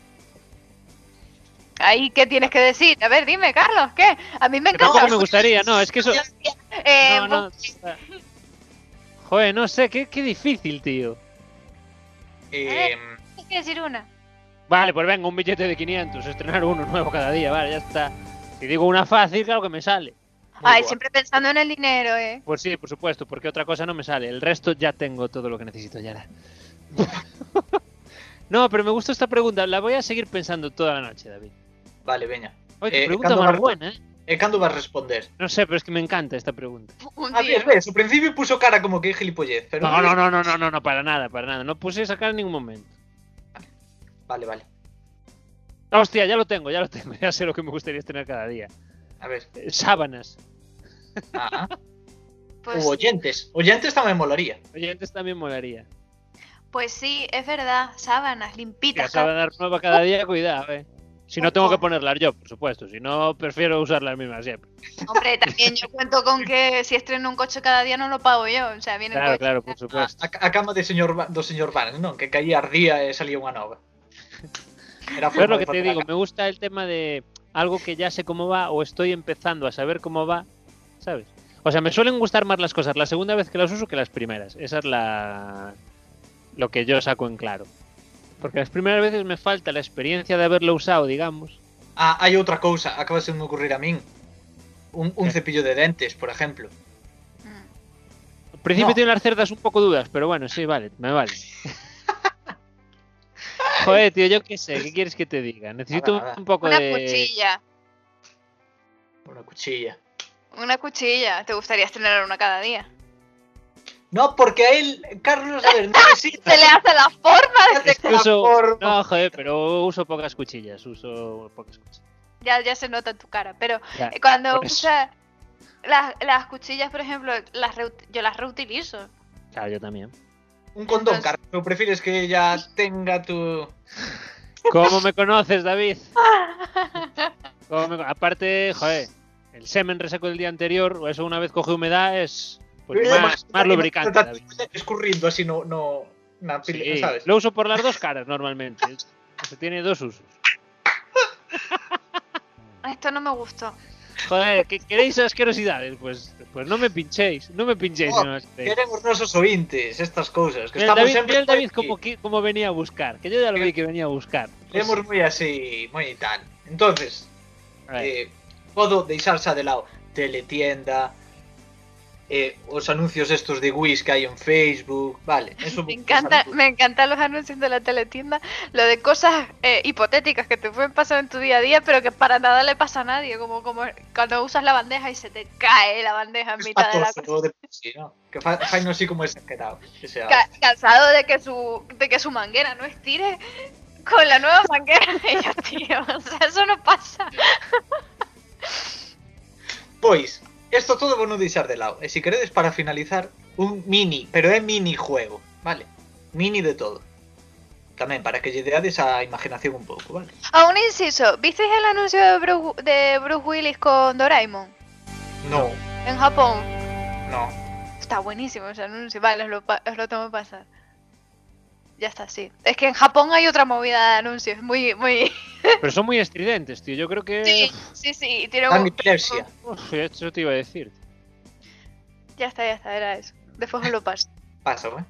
Speaker 5: Ahí, ¿qué tienes que decir? A ver, dime, Carlos, ¿qué? A mí me
Speaker 4: Que Tampoco
Speaker 5: encanta.
Speaker 4: me gustaría, no, es que eso.
Speaker 5: [LAUGHS] Eh,
Speaker 4: No, no. está- Joder, no sé, qué, qué difícil, tío.
Speaker 6: Eh,
Speaker 5: Tienes que decir una.
Speaker 4: Vale, pues venga, un billete de 500, estrenar uno nuevo cada día, vale, ya está. Si digo una fácil, claro que me sale.
Speaker 5: Ay,
Speaker 6: guay.
Speaker 5: siempre pensando en el dinero, ¿eh?
Speaker 4: Pues sí, por supuesto, porque otra cosa no me sale. El resto ya tengo todo lo que necesito, Yara. [LAUGHS] no, pero me gustó esta pregunta, la voy a seguir pensando toda la noche, David.
Speaker 6: Vale, veña.
Speaker 4: Oye, qué
Speaker 6: Eh,
Speaker 4: pregunta
Speaker 6: Cando
Speaker 4: más
Speaker 6: Barto-
Speaker 4: buena, ¿eh?
Speaker 6: E cando vas responder?
Speaker 4: No sé, pero es que me encanta esta pregunta.
Speaker 5: Un
Speaker 6: A ver, ves, ao principio puso cara como que é gilipollez, pero...
Speaker 4: No, no, no, no, no, no, no, para nada, para nada. No puse sacar en ningún momento.
Speaker 6: Vale, vale.
Speaker 4: Hostia, ya lo tengo, ya lo tengo, [LAUGHS] ya sé lo que me gustaría estrenar cada día.
Speaker 6: A [LAUGHS] ver.
Speaker 4: Eh, Sábanas.
Speaker 6: Ah,
Speaker 5: Pues,
Speaker 6: ou oyentes. Oyentes tamén molaría.
Speaker 4: Oyentes también molaría.
Speaker 5: pues sí, es verdad, sábanas
Speaker 4: Ya
Speaker 5: limpitas.
Speaker 4: saben dar nueva cada día, cuidado, eh. Si no tengo que ponerlas yo, por supuesto. Si no, prefiero usar las mismas siempre.
Speaker 5: Hombre, también yo cuento con que si estreno un coche cada día no lo pago yo, o sea, viene
Speaker 4: Claro,
Speaker 5: el coche.
Speaker 4: claro, por
Speaker 6: A,
Speaker 4: supuesto.
Speaker 6: a, a cama de señor, Ba- do señor Barnes, non? Que caía ardía e salía unha nova.
Speaker 4: Pero
Speaker 6: Era
Speaker 4: es
Speaker 6: forma
Speaker 4: lo
Speaker 6: de
Speaker 4: que te
Speaker 6: facer a
Speaker 4: digo,
Speaker 6: cama.
Speaker 4: me gusta el tema de algo que ya sé cómo va o estoy empezando a saber cómo va, ¿sabes? O sea, me suelen gustar más las cosas la segunda vez que las uso que las primeras. Esa es la lo que yo saco en claro. Porque las primeras veces me falta la experiencia de haberlo usado, digamos.
Speaker 6: Ah, hai outra cousa, acaba de me ocurrir a min. Un, un
Speaker 4: ¿Qué?
Speaker 6: cepillo de dentes, por exemplo.
Speaker 5: Mm.
Speaker 4: Al principio
Speaker 6: No.
Speaker 4: tiene las cerdas un poco dudas, pero bueno, sí, vale, me vale.
Speaker 6: [LAUGHS]
Speaker 4: Joder, tío, yo qué sé, ¿qué quieres que te diga? Necesito
Speaker 6: Nada, nada.
Speaker 4: un poco
Speaker 5: Una
Speaker 4: de...
Speaker 5: cuchilla,
Speaker 6: Unha cuchilla.
Speaker 5: una cuchilla. ¿Te gustaría estrenar una cada
Speaker 4: [LAUGHS]
Speaker 5: día?
Speaker 6: No, porque a él, Carlos, a ver, necesita...
Speaker 5: Se le hace la forma de
Speaker 6: Es que
Speaker 4: Uso-
Speaker 6: por-
Speaker 4: No, joder, pero uso pocas cuchillas, uso pocas cuchillas.
Speaker 5: ya, ya se nota en tu cara, pero
Speaker 4: Ya,
Speaker 5: eh, cuando
Speaker 4: Ah, por eso.
Speaker 5: usas las, las cuchillas, por ejemplo, las reut- yo las reutilizo.
Speaker 4: Claro, yo también.
Speaker 6: Un condón,
Speaker 5: Entonces-
Speaker 6: Carlos. ¿O prefieres que ella tenga tu...
Speaker 4: ¿Cómo me
Speaker 5: [LAUGHS]
Speaker 4: conoces, David? ¿Cómo me co- Aparte, joder, el semen reseco del día anterior, o eso una vez coge humedad, es pues, más, más lubricante, David.
Speaker 6: Escurrindo así, no... no na pile,
Speaker 4: Sí,
Speaker 6: ¿sabes?
Speaker 4: lo uso por las dos caras normalmente. Pues Se tiene dos usos.
Speaker 5: Esto no Ah, me gustó.
Speaker 4: Joder, ¿qué queréis asquerosidades? Pues, pues no me pinchéis, no me pinchéis.
Speaker 6: Oh,
Speaker 4: no me pinchéis.
Speaker 6: Queren os nosos ointes estas cousas que
Speaker 4: Mira el
Speaker 6: estamos
Speaker 4: David,
Speaker 6: sempre
Speaker 4: mira el David
Speaker 6: aquí.
Speaker 4: como, que- como venía a buscar, que yo ya lo vi que venía a buscar. Pues,
Speaker 6: Lemos moi así, moi tal. Entonces,
Speaker 4: A ver.
Speaker 6: eh, podo deixarse de lado teletienda, eh, os anuncios estos de Wish que hai en Facebook, vale. Eso
Speaker 5: Me encanta,
Speaker 6: Pues,
Speaker 5: me encantan los anuncios de la teletienda, lo de cosas eh, hipotéticas que te pueden pasar en tu día a día, pero que para nada le pasa a nadie, como como cuando usas la bandeja y se te cae la bandeja en mitad de la cosa.
Speaker 6: de por sí, ¿no? Que fa, fai así como exagerado. Que sea,
Speaker 5: Ca- cansado de que su de que su manguera no estire con la nueva manguera de ellos, [LAUGHS] tío. O sea, eso no pasa.
Speaker 6: Pois, esto todo vou non deixar de lado. E se queredes para finalizar, un mini, pero é mini juego, vale? Mini de todo. Tamén para que lle deades a imaginación un pouco, vale?
Speaker 5: A un inciso, ¿visteis el anuncio de Bru- de Bruce Willis con Doraemon
Speaker 6: No,
Speaker 5: en Japón?
Speaker 6: no.
Speaker 5: Está buenísimo ese anuncio. Vale, os lo, pa- os lo tengo que pasar. Ya está, sí. Es que en Japón hay otra movida de anuncios. Muy, muy.
Speaker 4: Pero son muy estridentes, tío. Yo creo que.
Speaker 5: Sí, sí, sí. Tiene
Speaker 6: Tan
Speaker 5: un...
Speaker 6: hipersia.
Speaker 4: Uf, eso te iba a decir.
Speaker 5: Ya está, ya está, era eso. Después os lo paso.
Speaker 6: Pasa, ¿eh?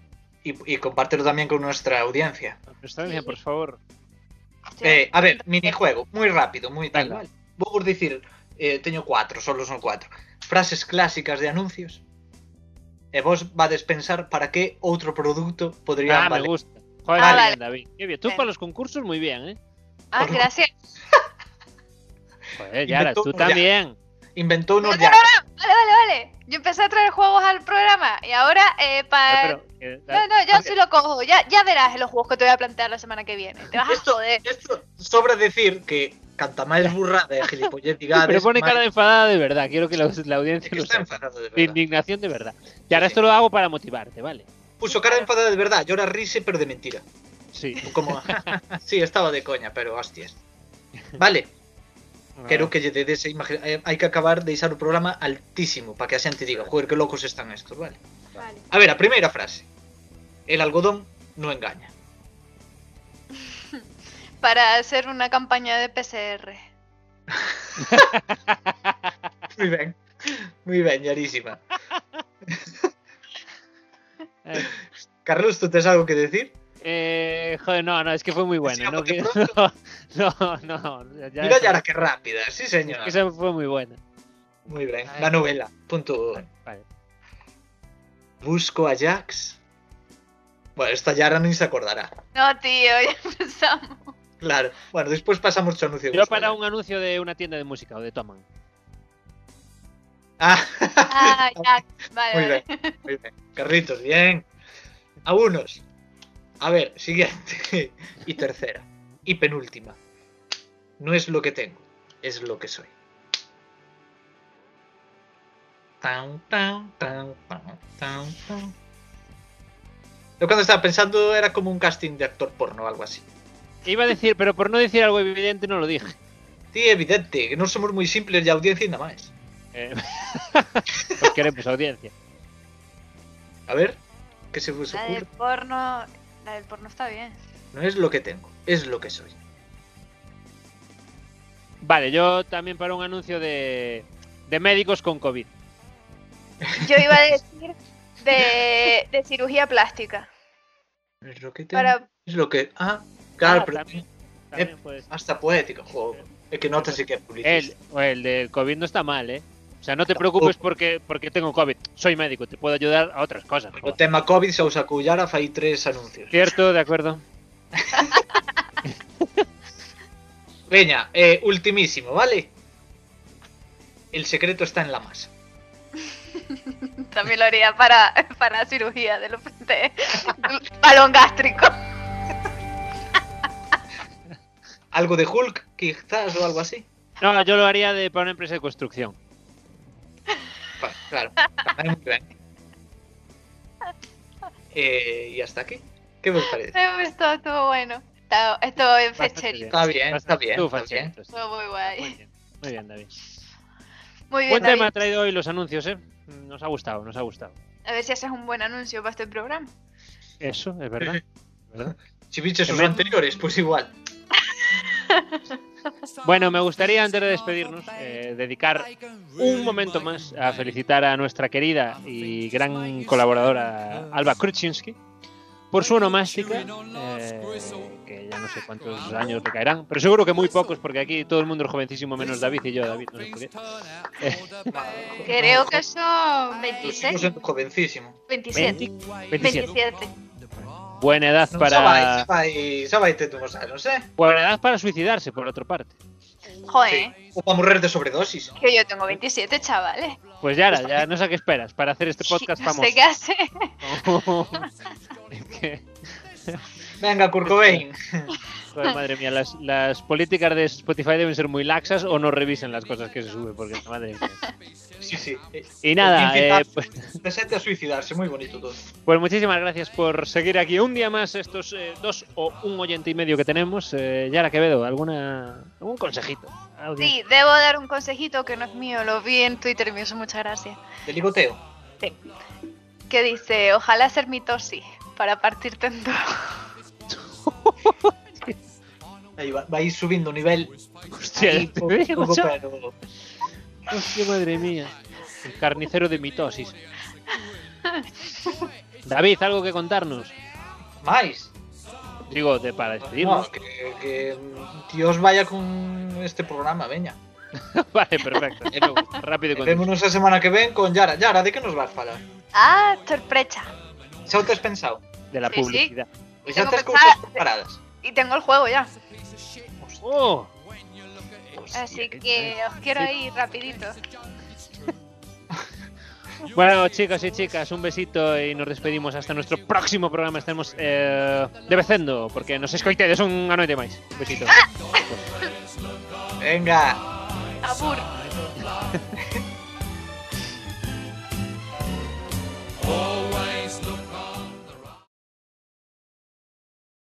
Speaker 6: Y, y compártelo también con nuestra audiencia.
Speaker 4: Prestancia, por favor.
Speaker 6: Eh, a ver, minijuego, muy rápido, muy tal.
Speaker 4: Venga.
Speaker 6: Vale. Vou vos dicir, eh, teño cuatro, solo son cuatro. Frases clásicas de anuncios. E vos vades pensar para que outro produto podría
Speaker 4: Ah, me
Speaker 6: valer.
Speaker 4: gusta. Joder,
Speaker 5: Ah,
Speaker 4: qué
Speaker 5: vale.
Speaker 4: bien, David. Qué bien. Tú
Speaker 5: Venga.
Speaker 4: para los concursos muy bien, ¿eh?
Speaker 5: Ah,
Speaker 6: por-
Speaker 5: gracias.
Speaker 4: Joder, Yara,
Speaker 6: Inventó
Speaker 4: tú
Speaker 6: un ya.
Speaker 4: también.
Speaker 6: Inventou
Speaker 5: No,
Speaker 6: unos
Speaker 5: no, no, no. Vale, vale, vale. Yo empecé a traer juegos al programa y ahora eh,
Speaker 4: Ah,
Speaker 5: para.
Speaker 4: pero, eh,
Speaker 5: No, no, yo sí lo cojo. Ya, ya verás los juegos que te voy a plantear la semana que viene. Te vas a
Speaker 6: Esto-
Speaker 5: joder.
Speaker 6: Esto sobra decir que canta máis burrada e gilipollez digades,
Speaker 4: [LAUGHS] pero pone
Speaker 6: máis-
Speaker 4: cara de enfadada de verdad. Quiero que la, la
Speaker 6: É
Speaker 4: audiencia
Speaker 6: que
Speaker 4: lo
Speaker 6: está
Speaker 4: sepa.
Speaker 6: enfadado de
Speaker 4: De
Speaker 6: verdad.
Speaker 4: indignación de verdad. Y ahora
Speaker 6: Sí.
Speaker 4: esto lo hago para motivarte, ¿vale?
Speaker 6: Puso cara de enfadada de verdad, llora rise pero de mentira.
Speaker 4: Sí.
Speaker 6: Como, sí, estaba de coña, pero
Speaker 4: [LAUGHS]
Speaker 6: hostias. Vale, Quero [LAUGHS] que lle dedes a imagen... eh, hai que acabar de deixar o programa altísimo para que a xente diga, joder, que locos están estos, vale?
Speaker 5: Vale.
Speaker 6: A ver, a primeira frase. El algodón
Speaker 4: [LAUGHS]
Speaker 6: no engaña.
Speaker 5: Para hacer una campaña de PCR.
Speaker 6: Moi ben. Moi ben, llarísima.
Speaker 4: Eh,
Speaker 6: Carlos, tú tes algo que decir?
Speaker 4: eh, joder, no, no, es que fue muy bueno.
Speaker 6: Decíamos
Speaker 4: No,
Speaker 6: que
Speaker 4: que-
Speaker 6: pronto.
Speaker 4: [LAUGHS] no, no, no, ya-
Speaker 6: Mira, Yara, que rápida. Sí,
Speaker 4: Es
Speaker 6: señor.
Speaker 4: que esa fue muy buena.
Speaker 6: Moi ben. Da novela. Punto.
Speaker 4: Vale, vale.
Speaker 6: Busco a Jax. Bueno, esta Yara nin se acordará.
Speaker 5: No, tío, ya empezamos.
Speaker 6: Claro. Bueno, despois pasamos o anuncio. de
Speaker 4: Yo
Speaker 6: Busco a
Speaker 4: para
Speaker 6: Jax.
Speaker 4: un anuncio de una tienda de música o de Toman.
Speaker 6: Ah,
Speaker 5: Ah, ya. Vale,
Speaker 6: Muy
Speaker 5: vale.
Speaker 6: bien, muy bien. Carlitos, bien. A unos. A ver, siguiente. [LAUGHS] Y tercera. Y penúltima. No es lo que tengo, es lo que soy. Tan, tan, tan, tan, tan, tan. Yo cuando estaba pensando era como un casting de actor porno o algo así.
Speaker 4: Iba a decir, pero por no decir algo evidente no lo dije.
Speaker 6: Sí, evidente, que no somos muy simples de audiencia y nada más.
Speaker 4: Eh, [LAUGHS] os queremos audiencia.
Speaker 6: A ver, ¿qué se os
Speaker 5: La del
Speaker 6: ocurre?
Speaker 5: porno. La del porno está bien.
Speaker 6: No es lo que tengo, es lo que soy.
Speaker 4: Vale, yo también para un anuncio de, de médicos con COVID.
Speaker 5: Yo iba a decir de, de cirugía plástica.
Speaker 6: No es lo que tengo.
Speaker 5: Para.
Speaker 6: Es lo que. Ah, claro,
Speaker 4: Ah,
Speaker 6: pero
Speaker 4: también,
Speaker 6: Eh,
Speaker 4: también puede ser.
Speaker 6: hasta poético, joder. Es que no te sé que
Speaker 4: El,
Speaker 6: publicista.
Speaker 4: o el del COVID no está mal, ¿eh? O sea, no te
Speaker 6: Tampoco.
Speaker 4: preocupes porque, porque tengo COVID. Soy médico, te puedo ayudar a otras cosas.
Speaker 6: O
Speaker 4: joder.
Speaker 6: tema COVID se usa cullara, fai tres anuncios.
Speaker 4: Cierto, de acuerdo.
Speaker 6: Veña, eh, ultimísimo, ¿vale? El secreto está en la masa.
Speaker 5: También lo haría para, para cirugía de los de, del balón gástrico.
Speaker 6: Algo de Hulk, quizás, o algo así.
Speaker 4: No, yo lo haría de, para una empresa de construcción.
Speaker 6: Pa- Claro, tamén moi
Speaker 4: [LAUGHS]
Speaker 6: ben. Eh, y hasta aquí. ¿Qué vos parece?
Speaker 5: Me gustó, estuvo bueno. Está- Estuvo bien fecherito.
Speaker 6: Está bien, está bien,
Speaker 4: Tú,
Speaker 6: está
Speaker 4: Facherito, sí.
Speaker 5: Estuvo muy
Speaker 4: Muy
Speaker 5: guay.
Speaker 4: bien, muy bien, David.
Speaker 5: Muy bien.
Speaker 4: Buen tema ha
Speaker 5: David.
Speaker 4: traído hoy los anuncios, ¿eh? Nos ha gustado, nos ha gustado.
Speaker 5: A ver si haces un buen anuncio para este programa.
Speaker 4: Eso, es verdad. ¿Verdad?
Speaker 6: Si biches os
Speaker 4: Tamén-
Speaker 6: anteriores, pois pues igual.
Speaker 4: Bueno, me gustaría antes de despedirnos eh, dedicar un momento más a felicitar a nuestra querida y gran colaboradora Alba Kruczynski por su onomástica, eh, que ya no sé cuántos años le caerán, pero seguro que muy pocos, porque aquí todo el mundo es jovencísimo, menos David y yo, David, no sé por qué. [LAUGHS]
Speaker 5: Creo que son 26,
Speaker 6: jovencísimo.
Speaker 5: 27.
Speaker 4: 27.
Speaker 5: 27.
Speaker 4: Buena edad
Speaker 6: Xa vai, xa
Speaker 4: para,
Speaker 6: vai, xa vai tendo uns anos, eh?
Speaker 4: buena edad para suicidarse, por otra parte.
Speaker 5: Joder,
Speaker 6: Sí. Ou para morrer de sobredosis.
Speaker 5: que yo tengo 27, chavales.
Speaker 4: Pues ya, era, ya no sé a qué esperas para hacer
Speaker 5: [LAUGHS]
Speaker 4: este podcast
Speaker 5: no
Speaker 4: famoso.
Speaker 5: sé qué hace.
Speaker 4: [LAUGHS] Es que,
Speaker 6: Venga, Kurt Cobain.
Speaker 5: Ah.
Speaker 4: joder, madre mía, las, las políticas de Spotify deben ser muy laxas o no revisen las cosas que se suben, porque madre mía.
Speaker 6: Sí, sí.
Speaker 4: Y nada, eh, pues,
Speaker 6: De sete a suicidarse, moi bonito todo.
Speaker 4: pues muchísimas gracias por seguir aquí un día más estos eh, dos o un oyente y medio que tenemos. Eh, Yara Quevedo, ¿alguna, ¿algún consejito? Audiencia.
Speaker 5: Sí, debo dar un consejito que no es mío, lo vi en Twitter y me hizo mucha gracia.
Speaker 6: De ligoteo.
Speaker 5: Que dice, ojalá ser mitosis para partirte en dos.
Speaker 6: Aí va, vai subindo o nivel.
Speaker 4: ¿Eh? Hostia,
Speaker 6: Aí,
Speaker 4: te
Speaker 6: pouco,
Speaker 4: veo,
Speaker 6: pouco,
Speaker 4: chaval.
Speaker 6: pero-
Speaker 4: Hostia, madre mía. El carnicero de mitosis. David, ¿algo que contarnos?
Speaker 6: Máis.
Speaker 4: Digo, de, para
Speaker 6: No,
Speaker 4: despedirnos.
Speaker 6: que, que Dios vaya con este programa, veña.
Speaker 4: [LAUGHS] vale, perfecto. Eh, no, Rápido y conciso.
Speaker 6: Vémonos a semana que ven con Yara. Yara, de que nos vas falar?
Speaker 5: [LAUGHS] Ah, sorpresa.
Speaker 6: Xa o tes pensado? Pois
Speaker 4: de la
Speaker 5: Sí, sí.
Speaker 4: publicidad.
Speaker 6: Xa
Speaker 5: Tengo
Speaker 6: tes cousas
Speaker 5: pensada-
Speaker 6: preparadas?
Speaker 5: Y tengo el juego ya.
Speaker 4: ¡Oh!
Speaker 5: Así que os quiero ahí rapidito.
Speaker 4: Bueno, chicos y chicas, un besito y nos despedimos hasta nuestro próximo programa. Estaremos eh, de becendo, porque nos escoitedes un anoite máis. Un besito.
Speaker 6: Venga.
Speaker 5: Abur.
Speaker 9: Always look